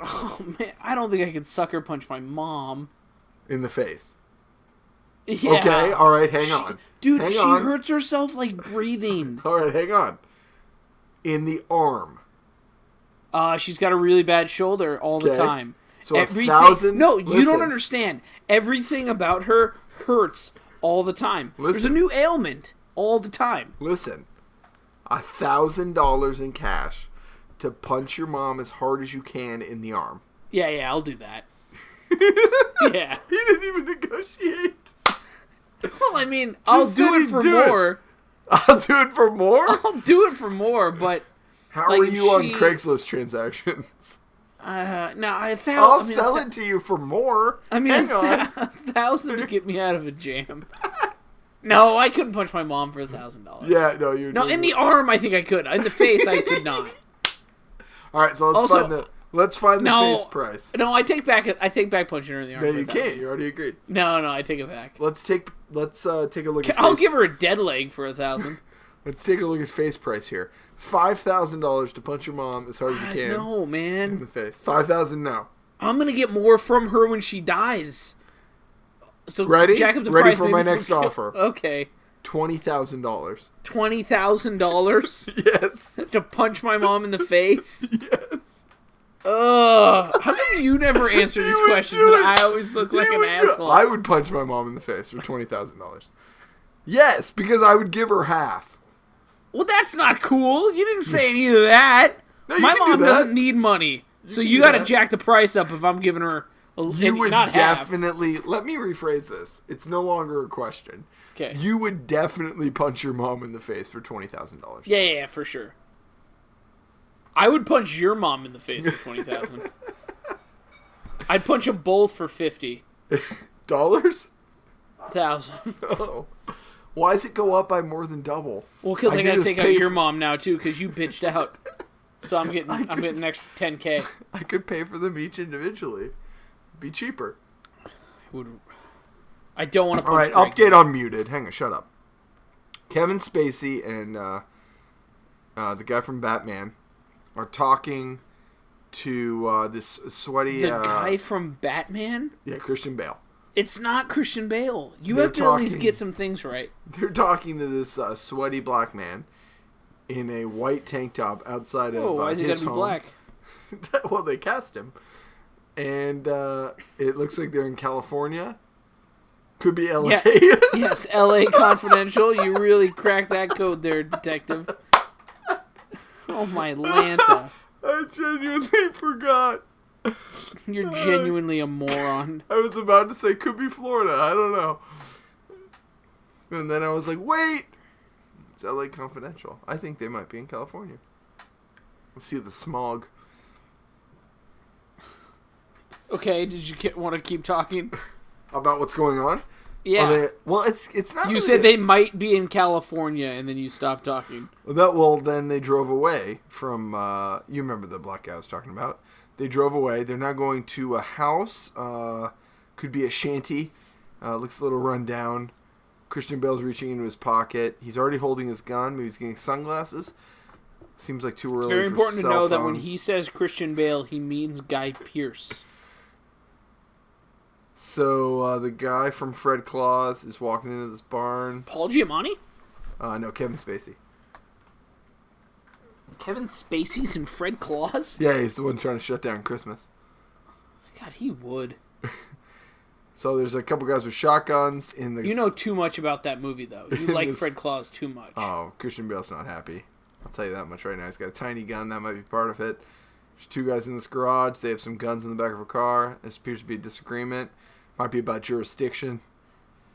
Speaker 2: Oh, Man, I don't think I could sucker punch my mom. <laughs>
Speaker 1: in the face.
Speaker 2: Yeah.
Speaker 1: Okay, all right, hang
Speaker 2: She-
Speaker 1: on,
Speaker 2: <laughs> Dude,
Speaker 1: Hang
Speaker 2: she
Speaker 1: on.
Speaker 2: hurts herself like breathing.
Speaker 1: All right, hang on. In the arm.
Speaker 2: Uh, she's got a really bad shoulder all the
Speaker 1: Okay.
Speaker 2: time.
Speaker 1: So a thousand-
Speaker 2: No, you
Speaker 1: listen.
Speaker 2: don't understand. Everything about her hurts all the time. There's a
Speaker 1: Listen.
Speaker 2: new ailment all the time.
Speaker 1: Listen, a thousand dollars in cash to punch your mom as hard as you can in the arm. <laughs>
Speaker 2: Yeah, yeah, I'll do that. yeah.
Speaker 1: He didn't even negotiate.
Speaker 2: Well, I mean, I'll
Speaker 1: said
Speaker 2: do it
Speaker 1: he'd
Speaker 2: for
Speaker 1: do it.
Speaker 2: more.
Speaker 1: I'll do it for more.
Speaker 2: <laughs> I'll do it for more, but
Speaker 1: How
Speaker 2: Like,
Speaker 1: are you on
Speaker 2: she-
Speaker 1: Craigslist transactions?
Speaker 2: uh, no, I thou-
Speaker 1: I'll
Speaker 2: I mean, a
Speaker 1: sell
Speaker 2: thou-
Speaker 1: it to you for more.
Speaker 2: I mean,
Speaker 1: hang
Speaker 2: a, thou- <laughs>
Speaker 1: on.
Speaker 2: a thousand to get me out of a
Speaker 1: <laughs>
Speaker 2: jam. no, I couldn't punch my mom for a thousand dollars.
Speaker 1: Yeah, no, you're
Speaker 2: No,
Speaker 1: doing
Speaker 2: in
Speaker 1: it.
Speaker 2: the arm, I think I could. In the face, I could not.
Speaker 1: All right, so let's
Speaker 2: Also-
Speaker 1: find the let's find the
Speaker 2: No.
Speaker 1: face price.
Speaker 2: No, I take back. I take back punching her in the arm.
Speaker 1: No,
Speaker 2: for
Speaker 1: you
Speaker 2: a thousand.
Speaker 1: can't. You already agreed.
Speaker 2: No, no, I take it back.
Speaker 1: Let's take let's uh, take a look. At
Speaker 2: I'll
Speaker 1: face-
Speaker 2: give her a dead leg for
Speaker 1: <laughs>
Speaker 2: a thousand.
Speaker 1: Let's take a look at face price here. Five thousand dollars to punch your mom as hard as you can
Speaker 2: no,
Speaker 1: in
Speaker 2: man,
Speaker 1: the face. Five thousand no.
Speaker 2: I'm gonna get more from her when she dies. So
Speaker 1: Ready?
Speaker 2: Jack up the
Speaker 1: Ready
Speaker 2: price,
Speaker 1: for my
Speaker 2: maybe
Speaker 1: next
Speaker 2: we'll kill-
Speaker 1: offer.
Speaker 2: <laughs> Okay,
Speaker 1: Twenty thousand dollars. <laughs>
Speaker 2: twenty thousand dollars
Speaker 1: Yes.
Speaker 2: to punch my mom in
Speaker 1: <laughs>
Speaker 2: the face.
Speaker 1: yes.
Speaker 2: Ugh! How come you never answer these
Speaker 1: would
Speaker 2: questions?
Speaker 1: do
Speaker 2: And
Speaker 1: it.
Speaker 2: I always look like
Speaker 1: You
Speaker 2: an
Speaker 1: would do-
Speaker 2: asshole.
Speaker 1: I would punch my mom in the face for twenty thousand dollars. Yes, because I would give her half.
Speaker 2: Well, that's not cool. You didn't say any of that.
Speaker 1: you
Speaker 2: My
Speaker 1: can do
Speaker 2: mom
Speaker 1: that.
Speaker 2: doesn't need money, so
Speaker 1: can
Speaker 2: you
Speaker 1: do
Speaker 2: got to
Speaker 1: that.
Speaker 2: jack the price up if I'm giving her. A,
Speaker 1: You
Speaker 2: any-
Speaker 1: would
Speaker 2: not half.
Speaker 1: definitely let me rephrase this. It's no longer a question.
Speaker 2: 'Kay.
Speaker 1: You would definitely punch your mom in the face for twenty thousand dollars.
Speaker 2: Yeah, yeah, yeah, for sure. I would punch your mom in the face for
Speaker 1: <laughs>
Speaker 2: twenty thousand. I'd punch them both for fifty
Speaker 1: Dollars? <laughs>
Speaker 2: thousand. <laughs>
Speaker 1: Oh. Why does it go up by more than double?
Speaker 2: Well, because I,
Speaker 1: could
Speaker 2: gotta
Speaker 1: just
Speaker 2: take out
Speaker 1: pay
Speaker 2: your
Speaker 1: for-
Speaker 2: mom now too, because you bitched out. So
Speaker 1: <laughs>
Speaker 2: I'm getting, I'm
Speaker 1: could-
Speaker 2: getting an extra
Speaker 1: <laughs>
Speaker 2: ten k.
Speaker 1: I could pay for them each individually. Be cheaper.
Speaker 2: Would I don't want to punch.
Speaker 1: All right,
Speaker 2: Greg.
Speaker 1: update on muted. Hang on, shut up. Kevin Spacey and uh, uh, the guy from Batman, are talking to uh, this sweaty
Speaker 2: The
Speaker 1: uh,
Speaker 2: guy from Batman?
Speaker 1: yeah Christian Bale.
Speaker 2: It's not Christian Bale. You
Speaker 1: They're
Speaker 2: have to at least
Speaker 1: talking-
Speaker 2: get some things right.
Speaker 1: <laughs> They're talking to this uh, sweaty black man in a white tank top outside
Speaker 2: Oh,
Speaker 1: of uh,
Speaker 2: why did it
Speaker 1: his
Speaker 2: gotta be
Speaker 1: home. <laughs>
Speaker 2: black?
Speaker 1: well, they cast him, and uh, it looks like they're in California. Could be L.A.
Speaker 2: Yeah.
Speaker 1: <laughs>
Speaker 2: Yes, <laughs> LA Confidential. You really cracked that code there, detective. Oh my Lanta.
Speaker 1: I genuinely forgot.
Speaker 2: You're
Speaker 1: Uh.
Speaker 2: genuinely a moron.
Speaker 1: I was about to say could be Florida. I don't know. And then I was like, wait, it's L.A. Confidential. I think they might be in California. Let's see the smog.
Speaker 2: Okay, did you ke- want to keep talking?
Speaker 1: About what's going on?
Speaker 2: Yeah.
Speaker 1: Are they- well, it's it's not.
Speaker 2: you
Speaker 1: really
Speaker 2: said
Speaker 1: a-
Speaker 2: they might be in California, and then you stopped talking.
Speaker 1: That well, then they drove away from. Uh, you remember the black guy I was talking about? They drove away. They're now going to a house. Uh, could be a shanty. Uh, looks a little run down. Christian Bale's reaching into his pocket. He's already holding his gun. Maybe he's getting sunglasses. Seems like too early.
Speaker 2: Very
Speaker 1: for
Speaker 2: important to
Speaker 1: cell
Speaker 2: know that when
Speaker 1: phones.
Speaker 2: he says Christian Bale, he means Guy Pierce.
Speaker 1: So uh, the guy from Fred Claus is walking into this barn.
Speaker 2: Paul Giamatti?
Speaker 1: Uh, no, Kevin Spacey.
Speaker 2: Kevin Spacey's and Fred Claus?
Speaker 1: Yeah, he's the one trying to shut down Christmas.
Speaker 2: God, he would.
Speaker 1: So there's a couple guys with shotguns in the.
Speaker 2: You know too much about that movie, though. You like
Speaker 1: This-
Speaker 2: Fred Claus too much.
Speaker 1: Oh, Christian Bale's not happy. I'll tell you that much right now. He's got a tiny gun. That might be part of it. There's two guys in this garage. They have some guns in the back of a car. This appears to be a disagreement. Might be about jurisdiction.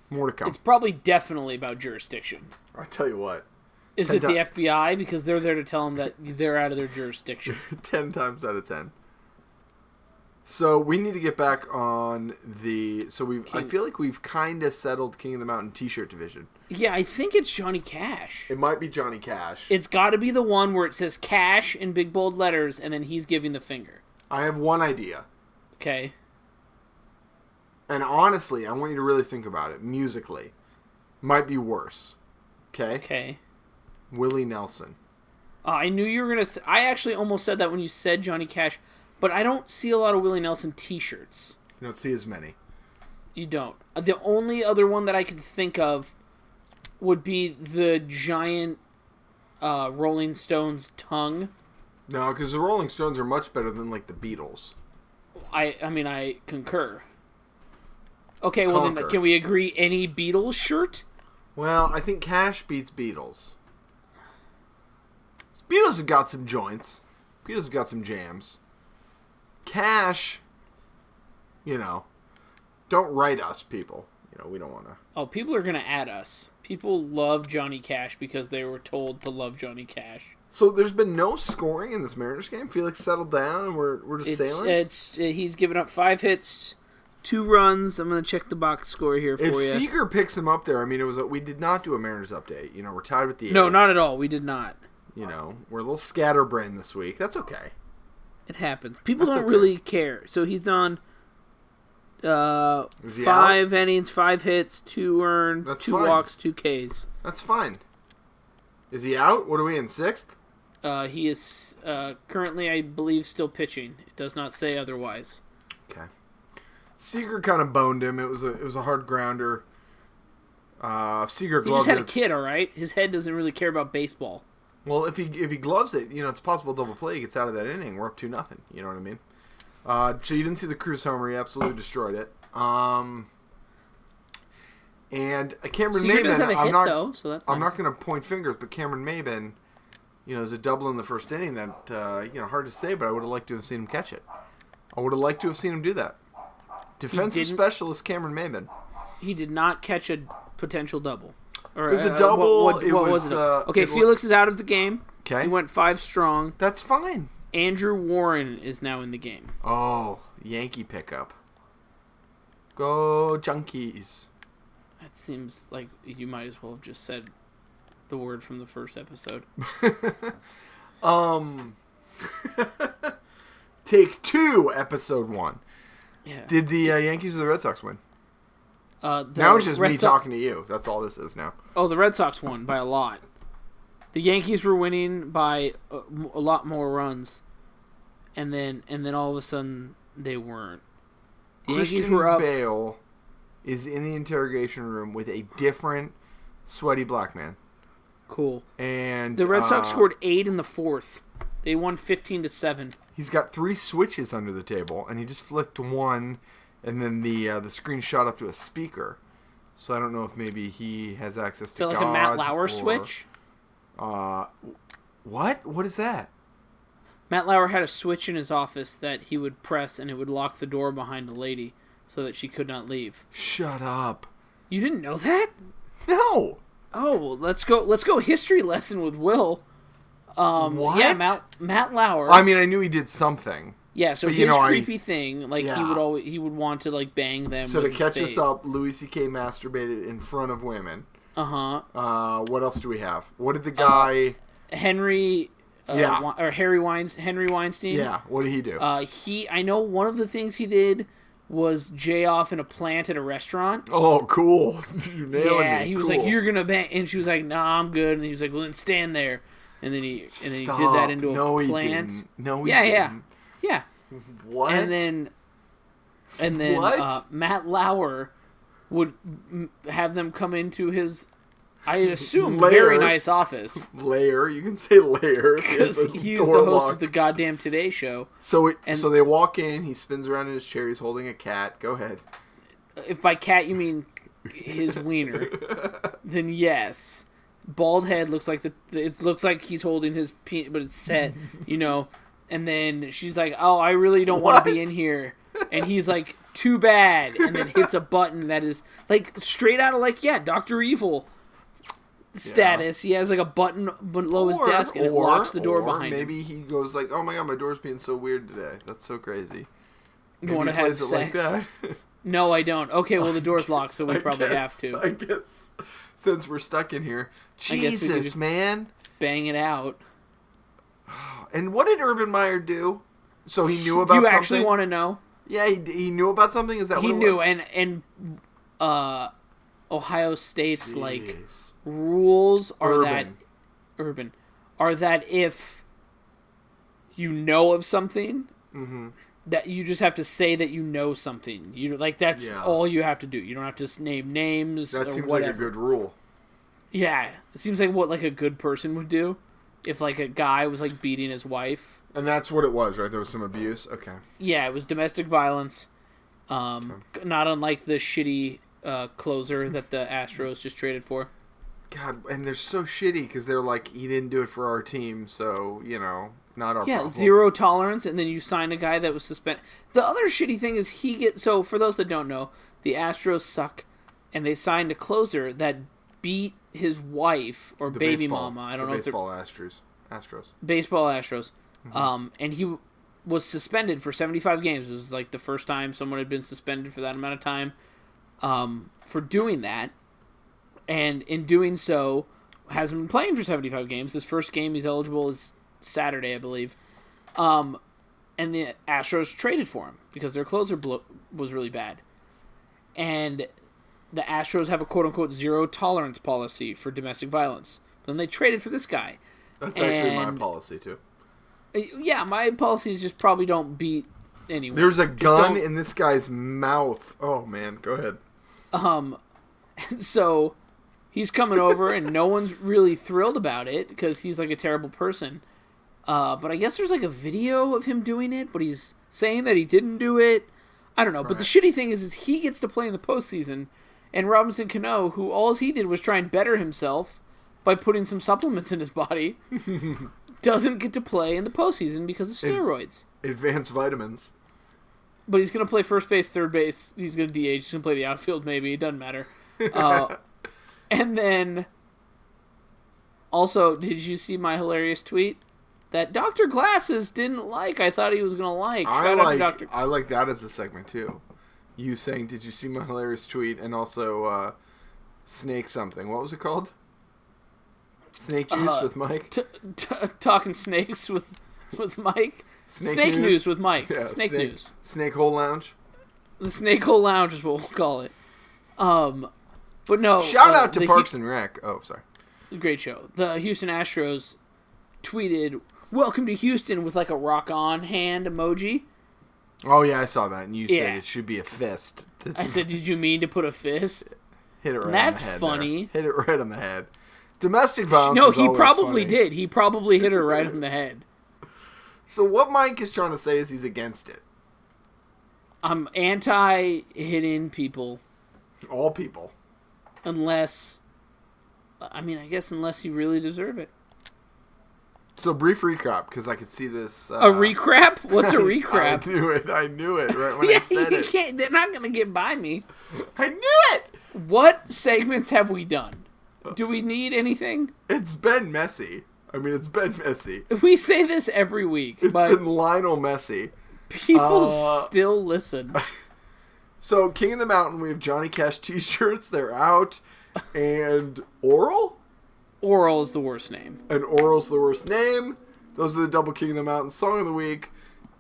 Speaker 1: More to come.
Speaker 2: It's probably definitely about jurisdiction.
Speaker 1: I'll tell you what. <laughs>
Speaker 2: Is
Speaker 1: Ten
Speaker 2: it the
Speaker 1: ti-
Speaker 2: FBI? Because they're there to tell them that they're out of their jurisdiction.
Speaker 1: ten times out of ten. So we need to get back on the. So we've. I
Speaker 2: King-
Speaker 1: feel like we've kind of settled King of the Mountain T-shirt division.
Speaker 2: yeah, I think it's Johnny Cash.
Speaker 1: It might be Johnny Cash.
Speaker 2: It's got to be the one where it says Cash in big bold letters, and then he's giving the finger.
Speaker 1: I have one idea,
Speaker 2: Okay.
Speaker 1: and honestly, I want you to really think about it musically. Might be worse. Okay.
Speaker 2: Okay.
Speaker 1: Willie Nelson.
Speaker 2: Uh, I knew you were gonna. s I I actually almost said that when you said Johnny Cash, but I don't see a lot of Willie Nelson T-shirts.
Speaker 1: You don't see as many.
Speaker 2: You don't. The only other one that I could think of would be the giant uh, Rolling Stones tongue.
Speaker 1: No, because the Rolling Stones are much better than like the Beatles.
Speaker 2: I I mean I concur. Okay, well then
Speaker 1: Conquer.
Speaker 2: can we agree any Beatles shirt?
Speaker 1: Well, I think Cash beats Beatles. Beatles have got some joints. Beatles have got some jams. Cash, you know, don't write us, people. You know, we don't want to.
Speaker 2: Oh, people are gonna add us. People love Johnny Cash because they were told to love Johnny Cash.
Speaker 1: So there's been no scoring in this Mariners game. Felix settled down, and we're we're just
Speaker 2: It's
Speaker 1: sailing.
Speaker 2: it's uh, he's given up five hits, two runs. I'm gonna check the box score here for
Speaker 1: if
Speaker 2: you.
Speaker 1: Seeger picks him up there, I mean, it was a, we did not do a Mariners update. You know, we're tied with the
Speaker 2: no,
Speaker 1: A's.
Speaker 2: not at all. We did not.
Speaker 1: You know, we're a little scatterbrained this week. That's okay.
Speaker 2: It happens. People
Speaker 1: That's
Speaker 2: don't
Speaker 1: okay.
Speaker 2: really care. So he's on uh,
Speaker 1: Is he
Speaker 2: five innings, five hits, two earned,
Speaker 1: That's
Speaker 2: two
Speaker 1: fine.
Speaker 2: walks, two Ks.
Speaker 1: That's fine. Is he out? What are we in sixth?
Speaker 2: Uh, he is uh, currently, I believe, still pitching. It does not say otherwise.
Speaker 1: Okay. Seager kind of boned him. It was a it was a hard grounder. Uh, if Seager
Speaker 2: He
Speaker 1: gloves
Speaker 2: just had a
Speaker 1: it.
Speaker 2: kid, all right. His head doesn't really care about baseball.
Speaker 1: Well, if he if he gloves it, you know it's possible double play. He gets out of that inning. We're up two nothing. You know what I mean? Uh, so you didn't see the Cruz homer. He absolutely destroyed it. Um, and uh, Cameron
Speaker 2: Seager
Speaker 1: Maben.
Speaker 2: does have a
Speaker 1: I'm
Speaker 2: hit
Speaker 1: not
Speaker 2: though, so that's
Speaker 1: I'm
Speaker 2: nice.
Speaker 1: not going to point fingers, but Cameron Maben, you know, is a double in the first inning that uh, you know hard to say, but I would have liked to have seen him catch it. I would have liked to have seen him do that. Defensive
Speaker 2: didn't?
Speaker 1: specialist Cameron Maben.
Speaker 2: He did not catch a potential double. Or,
Speaker 1: was a
Speaker 2: uh, what-
Speaker 1: double,
Speaker 2: What,
Speaker 1: it
Speaker 2: what
Speaker 1: was,
Speaker 2: was, it?
Speaker 1: uh,
Speaker 2: okay,
Speaker 1: it wa-
Speaker 2: Felix is out of the game.
Speaker 1: Okay,
Speaker 2: He went five strong.
Speaker 1: that's fine.
Speaker 2: Andrew Warren is now in the game.
Speaker 1: Oh, Yankee pickup. Go Junkies.
Speaker 2: That seems like you might as well have just said the word from the
Speaker 1: <laughs>
Speaker 2: first episode.
Speaker 1: Um, take two, episode one.
Speaker 2: Yeah.
Speaker 1: Did the uh, Yankees or the Red Sox win?
Speaker 2: Uh, the
Speaker 1: Now it's just
Speaker 2: Red
Speaker 1: me
Speaker 2: Sox-
Speaker 1: talking to you. That's all this is now.
Speaker 2: Oh, the Red Sox won by a lot. the Yankees were winning by a, a lot more runs, and then and then all of a sudden they weren't. The Yankees
Speaker 1: Christian
Speaker 2: were up.
Speaker 1: Bale is in the interrogation room with a different sweaty black man,
Speaker 2: Cool.
Speaker 1: and
Speaker 2: The Red Sox
Speaker 1: uh,
Speaker 2: scored eight in the fourth. They won fifteen to seven.
Speaker 1: He's got three switches under the table, and he just flicked one, and then the uh, the screen shot up to a speaker. So I don't know if maybe he has access to
Speaker 2: So like
Speaker 1: God
Speaker 2: a Matt Lauer
Speaker 1: or-
Speaker 2: switch.
Speaker 1: What? What is that?
Speaker 2: Matt Lauer had a switch in his office that he would press and it would lock the door behind a lady so that she could not leave.
Speaker 1: Shut up.
Speaker 2: You didn't know that?
Speaker 1: No.
Speaker 2: Oh, well, let's go. Let's go history lesson with Will.
Speaker 1: what?
Speaker 2: Um, Yeah, Matt, Matt Lauer.
Speaker 1: I mean, I knew he did something.
Speaker 2: yeah, so
Speaker 1: but
Speaker 2: his
Speaker 1: you know, I-
Speaker 2: creepy thing, like he
Speaker 1: Yeah.
Speaker 2: would always he would want to like bang them.
Speaker 1: So to
Speaker 2: with
Speaker 1: catch
Speaker 2: his
Speaker 1: us up, Louis C.K. masturbated in front of women.
Speaker 2: uh huh.
Speaker 1: Uh, what else do we have? What did the
Speaker 2: Uh,
Speaker 1: guy?
Speaker 2: Henry, uh,
Speaker 1: Yeah.
Speaker 2: Wei- or Harry Weins, Henry Weinstein. <laughs>
Speaker 1: yeah. What did he do?
Speaker 2: Uh, he, I know one of the things he did was jay off in a plant at a restaurant.
Speaker 1: oh, cool. <laughs> You're nailing
Speaker 2: Yeah,
Speaker 1: me.
Speaker 2: he was
Speaker 1: Cool.
Speaker 2: like, "You're gonna bang," and she was like, "Nah, I'm good." And he was like, "Well, then stand there." And then he and then he did that
Speaker 1: Stop.
Speaker 2: into a
Speaker 1: No, he
Speaker 2: plant.
Speaker 1: didn't. No, he
Speaker 2: yeah,
Speaker 1: didn't.
Speaker 2: yeah, yeah.
Speaker 1: What?
Speaker 2: And then and then
Speaker 1: What?
Speaker 2: uh, Matt Lauer would m- have them come into his, I assume, very
Speaker 1: Lair.
Speaker 2: nice office
Speaker 1: layer. You can say <laughs> layer.
Speaker 2: <laughs>
Speaker 1: if you have
Speaker 2: because
Speaker 1: a
Speaker 2: he was the
Speaker 1: door
Speaker 2: host
Speaker 1: lock.
Speaker 2: of the goddamn Today Show.
Speaker 1: So it,
Speaker 2: and-
Speaker 1: so they walk in. He spins around in his chair. He's holding a cat. Go ahead.
Speaker 2: If by cat you mean his
Speaker 1: <laughs>
Speaker 2: wiener, then yes. Bald head looks like the it looks like he's holding his penis, but it's set, you know. And then she's like, "Oh, I really don't want to be
Speaker 1: What?
Speaker 2: in here," and he's like, "Too bad," and then hits a button that is like straight out of like yeah, Doctor Evil status. He has like a button below his desk and it
Speaker 1: or-
Speaker 2: locks the door
Speaker 1: or
Speaker 2: behind him.
Speaker 1: Maybe he goes like, "Oh my god, my door's being so weird today. That's so crazy."
Speaker 2: You want to
Speaker 1: He
Speaker 2: have
Speaker 1: plays
Speaker 2: sex?
Speaker 1: it like that.
Speaker 2: No, I don't. Okay, well the door's locked, so we probably
Speaker 1: guess,
Speaker 2: have to
Speaker 1: <laughs> I guess since we're stuck in here,
Speaker 2: we could
Speaker 1: Jesus
Speaker 2: just-
Speaker 1: man.
Speaker 2: bang it out.
Speaker 1: And what did Urban Meyer do? So he knew about
Speaker 2: Do you
Speaker 1: something.
Speaker 2: actually want to know?
Speaker 1: yeah, he, he knew about something. Is that
Speaker 2: he
Speaker 1: what it
Speaker 2: knew
Speaker 1: was?
Speaker 2: and and uh ohio state's like
Speaker 1: Jeez.
Speaker 2: rules are
Speaker 1: Urban.
Speaker 2: that urban are that if you know of something
Speaker 1: Mm-hmm.
Speaker 2: that you just have to say that you know something you know like that's
Speaker 1: Yeah.
Speaker 2: all you have to do you don't have to s- name names
Speaker 1: that
Speaker 2: or
Speaker 1: seems
Speaker 2: whatever
Speaker 1: like a good rule.
Speaker 2: yeah it seems like what like a good person would do if like a guy was like beating his wife
Speaker 1: And that's what it was, right? There was some abuse. Okay.
Speaker 2: Yeah, it was domestic violence. Um, g- not unlike the shitty uh, closer that the Astros just traded for.
Speaker 1: God, and they're so shitty because they're like, he didn't do it for our team, so you know, not our
Speaker 2: Yeah,
Speaker 1: problem.
Speaker 2: zero tolerance, and then you sign a guy that was suspended. The other shitty thing is he get so for those that don't know, the Astros suck, and they signed a closer that beat his wife or
Speaker 1: The
Speaker 2: baby
Speaker 1: baseball-
Speaker 2: mama. I
Speaker 1: the
Speaker 2: don't know if they're
Speaker 1: baseball Astros. Astros.
Speaker 2: baseball Astros. Um, and he w- was suspended for 75 games. It was like the first time someone had been suspended for that amount of time um, for doing that. And in doing so, hasn't been playing for 75 games. His first game he's eligible is Saturday, I believe. Um, and the Astros traded for him because their closer blo- was really bad. And the Astros have a quote unquote zero tolerance policy for domestic violence. Then they traded for this guy.
Speaker 1: That's actually my
Speaker 2: And-
Speaker 1: policy too.
Speaker 2: Uh, Yeah, my policy is just probably don't beat anyone.
Speaker 1: There's a gun
Speaker 2: don't-
Speaker 1: in this guy's mouth. Oh man, go ahead.
Speaker 2: so he's coming over, and no one's really thrilled about it because he's like a terrible person. Uh, but I guess there's like a video of him doing it, but he's saying that he didn't do it. I don't know. But the shitty thing is, is he gets to play in the postseason, and Robinson Cano, who all he did was try and better himself by putting some supplements in his body, doesn't get to play in the postseason because of steroids.
Speaker 1: Advanced vitamins.
Speaker 2: but he's gonna play first base, third base. He's gonna DH. He's gonna play the outfield. Maybe it
Speaker 1: <laughs>
Speaker 2: doesn't matter. Uh, and then, also, did you see my hilarious tweet that Doctor Glasses didn't like? I thought he was gonna like.
Speaker 1: I
Speaker 2: Shout out to
Speaker 1: like
Speaker 2: Doctor.
Speaker 1: I like that as a segment too. You saying, "Did you see my hilarious tweet?" and also uh, snake something. What was it called? Snake juice
Speaker 2: Uh,
Speaker 1: with Mike.
Speaker 2: T- t- talking snakes with with Mike. Snake,
Speaker 1: Snake
Speaker 2: news.
Speaker 1: news.
Speaker 2: with Mike.
Speaker 1: Yeah,
Speaker 2: snake news.
Speaker 1: Snake hole lounge.
Speaker 2: The snake hole lounge is what we'll call it. Um, but no.
Speaker 1: Shout
Speaker 2: uh,
Speaker 1: out to
Speaker 2: the
Speaker 1: Parks
Speaker 2: Hu-
Speaker 1: and Rec. Oh, sorry.
Speaker 2: great show. The Houston Astros tweeted "Welcome to Houston" with like a rock on hand emoji.
Speaker 1: Oh yeah, I saw that, and you said
Speaker 2: Yeah.
Speaker 1: it should be a fist. To
Speaker 2: I said, "Did you mean to put a fist?"
Speaker 1: hit it right.
Speaker 2: that's
Speaker 1: on the head
Speaker 2: funny.
Speaker 1: there. Hit it right on the head. Domestic violence.
Speaker 2: No,
Speaker 1: is
Speaker 2: he
Speaker 1: always
Speaker 2: probably
Speaker 1: funny.
Speaker 2: did. He probably hit her right
Speaker 1: <laughs>
Speaker 2: on the head.
Speaker 1: So what Mike is trying to say is he's against it.
Speaker 2: I'm anti hitting people
Speaker 1: All people.
Speaker 2: unless, I mean, I guess unless you really deserve it.
Speaker 1: So brief recap because I could see this. Uh,
Speaker 2: A recrap? What's
Speaker 1: <laughs>
Speaker 2: a
Speaker 1: I
Speaker 2: recrap?
Speaker 1: knew it. I knew it
Speaker 2: <laughs>
Speaker 1: right when I
Speaker 2: yeah,
Speaker 1: said
Speaker 2: you
Speaker 1: it.
Speaker 2: can't. They're not gonna get by me.
Speaker 1: I knew it.
Speaker 2: What segments have we done? Do we need anything?
Speaker 1: It's been messy. I mean, it's been messy.
Speaker 2: We say this every week,
Speaker 1: It's
Speaker 2: but
Speaker 1: been Lionel Messi.
Speaker 2: people
Speaker 1: uh,
Speaker 2: still listen.
Speaker 1: So King of the Mountain, we have Johnny Cash T-shirts. They're out, and Oral.
Speaker 2: Oral is the worst name.
Speaker 1: and Oral's the worst name. Those are the Double King of the Mountain song of the week.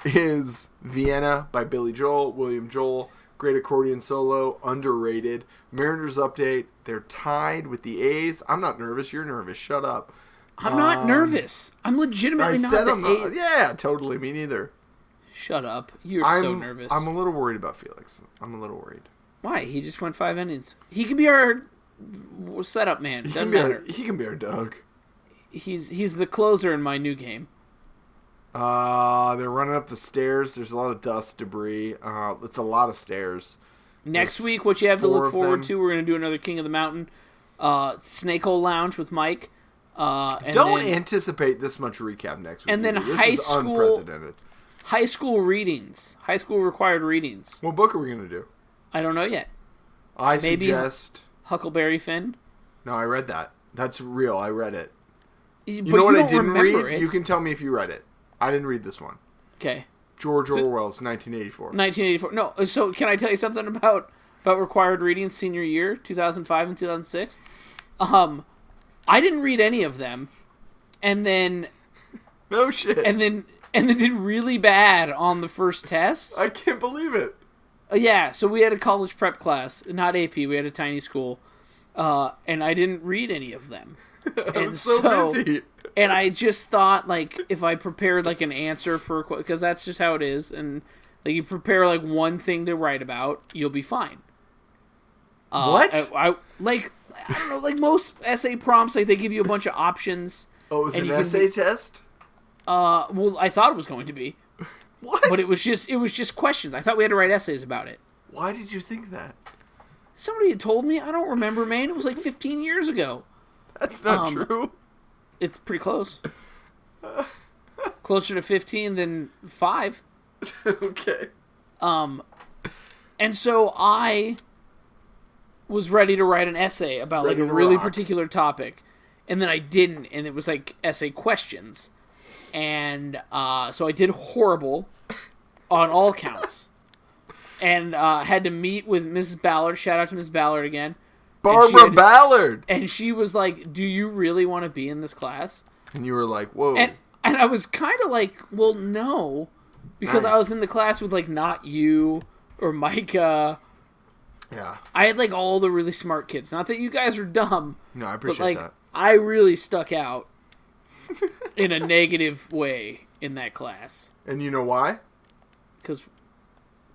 Speaker 1: Is Vienna by Billy Joel, William Joel, great accordion solo, underrated. Mariners update. They're tied with the A's. I'm not nervous. You're nervous. Shut up.
Speaker 2: I'm not nervous. I'm
Speaker 1: Um, I
Speaker 2: legitimately not
Speaker 1: said
Speaker 2: the
Speaker 1: I'm not.
Speaker 2: eighth-
Speaker 1: Yeah, totally. Me neither.
Speaker 2: Shut up. You're
Speaker 1: I'm
Speaker 2: so nervous.
Speaker 1: I'm a little worried about Felix. I'm a little worried.
Speaker 2: Why? He just went five innings. He can be our setup man.
Speaker 1: He can
Speaker 2: Doesn't
Speaker 1: be our,
Speaker 2: matter.
Speaker 1: he can be our Doug.
Speaker 2: He's he's the closer in my new game.
Speaker 1: Uh, they're running up the stairs. There's a lot of dust, debris. Uh, it's a lot of stairs.
Speaker 2: Next
Speaker 1: There's
Speaker 2: week, what you have to
Speaker 1: four
Speaker 2: look
Speaker 1: of
Speaker 2: forward
Speaker 1: them.
Speaker 2: to, we're gonna do another King of the Mountain, uh, Snake Hole Lounge with Mike. Uh, and
Speaker 1: Don't
Speaker 2: then
Speaker 1: anticipate this much recap next week.
Speaker 2: And then
Speaker 1: either. this
Speaker 2: high
Speaker 1: is
Speaker 2: school-
Speaker 1: unprecedented.
Speaker 2: high school readings, high school required readings.
Speaker 1: What book are we gonna do?
Speaker 2: I don't know yet.
Speaker 1: I
Speaker 2: Maybe-
Speaker 1: suggest.
Speaker 2: Huckleberry Finn.
Speaker 1: No, I read that. That's real. I read it.
Speaker 2: You
Speaker 1: You
Speaker 2: but
Speaker 1: know
Speaker 2: you
Speaker 1: what
Speaker 2: don't
Speaker 1: I didn't
Speaker 2: remember
Speaker 1: read?
Speaker 2: It.
Speaker 1: You can tell me if you read it. I didn't read this one.
Speaker 2: Okay.
Speaker 1: George Orwell's 1984.
Speaker 2: 1984. No, so can I tell you something about about required reading senior year, 2005 and 2006? Um, I didn't read any of them, and then
Speaker 1: No shit.
Speaker 2: and then and then did really bad on the first test.
Speaker 1: I can't believe it.
Speaker 2: Uh, yeah, so we had a college prep class, not AP. We had a tiny school, uh, and I didn't read any
Speaker 1: <laughs>
Speaker 2: of them.
Speaker 1: I
Speaker 2: and
Speaker 1: was so, busy.
Speaker 2: and I just thought like if I prepared like an answer for because that's just how it is, and like you prepare like one thing to write about, you'll be fine. Uh,
Speaker 1: What?
Speaker 2: I, I- like I don't know like most essay prompts like they give you a bunch of options.
Speaker 1: Oh, it was
Speaker 2: and
Speaker 1: an
Speaker 2: you can-
Speaker 1: essay test.
Speaker 2: Uh, well, I thought it was going to be,
Speaker 1: What?
Speaker 2: but it was just it was just questions. I thought we had to write essays about it.
Speaker 1: Why did you think that?
Speaker 2: Somebody had told me I don't remember, man. It was like 15 years ago.
Speaker 1: That's not
Speaker 2: Um,
Speaker 1: true. <laughs>
Speaker 2: It's pretty close. Closer to 15 than five.
Speaker 1: okay.
Speaker 2: And so I was ready to write an essay about
Speaker 1: Ready
Speaker 2: like a
Speaker 1: to
Speaker 2: really
Speaker 1: rock.
Speaker 2: particular topic, and then I didn't, and it was like essay questions, and uh, so I did horrible on all
Speaker 1: <laughs>
Speaker 2: counts, and uh, had to meet with Mrs. Ballard. Shout out to Mrs. Ballard again, she
Speaker 1: Barbara
Speaker 2: had-
Speaker 1: Ballard.
Speaker 2: and she was like, "Do you really want to be in this class?"
Speaker 1: And you were like, whoa.
Speaker 2: And and I was kind of like, "Well, no," because I
Speaker 1: Nice.
Speaker 2: was in the class with like not you or Micah.
Speaker 1: yeah.
Speaker 2: I had like all the really smart kids. Not that you guys are dumb,
Speaker 1: No, I
Speaker 2: but
Speaker 1: appreciate
Speaker 2: like
Speaker 1: that.
Speaker 2: I really stuck out in a negative way in that class
Speaker 1: And you know why?
Speaker 2: because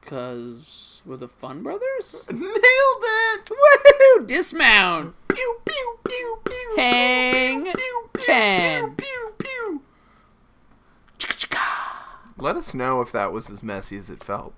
Speaker 2: because we're the Fun Brothers.
Speaker 1: <laughs> Nailed <laughs> it.
Speaker 2: Woo! Dismount,
Speaker 1: Pew pew pew pew.
Speaker 2: hang, ten.
Speaker 1: pew pew. Let us know if that was as messy as it felt.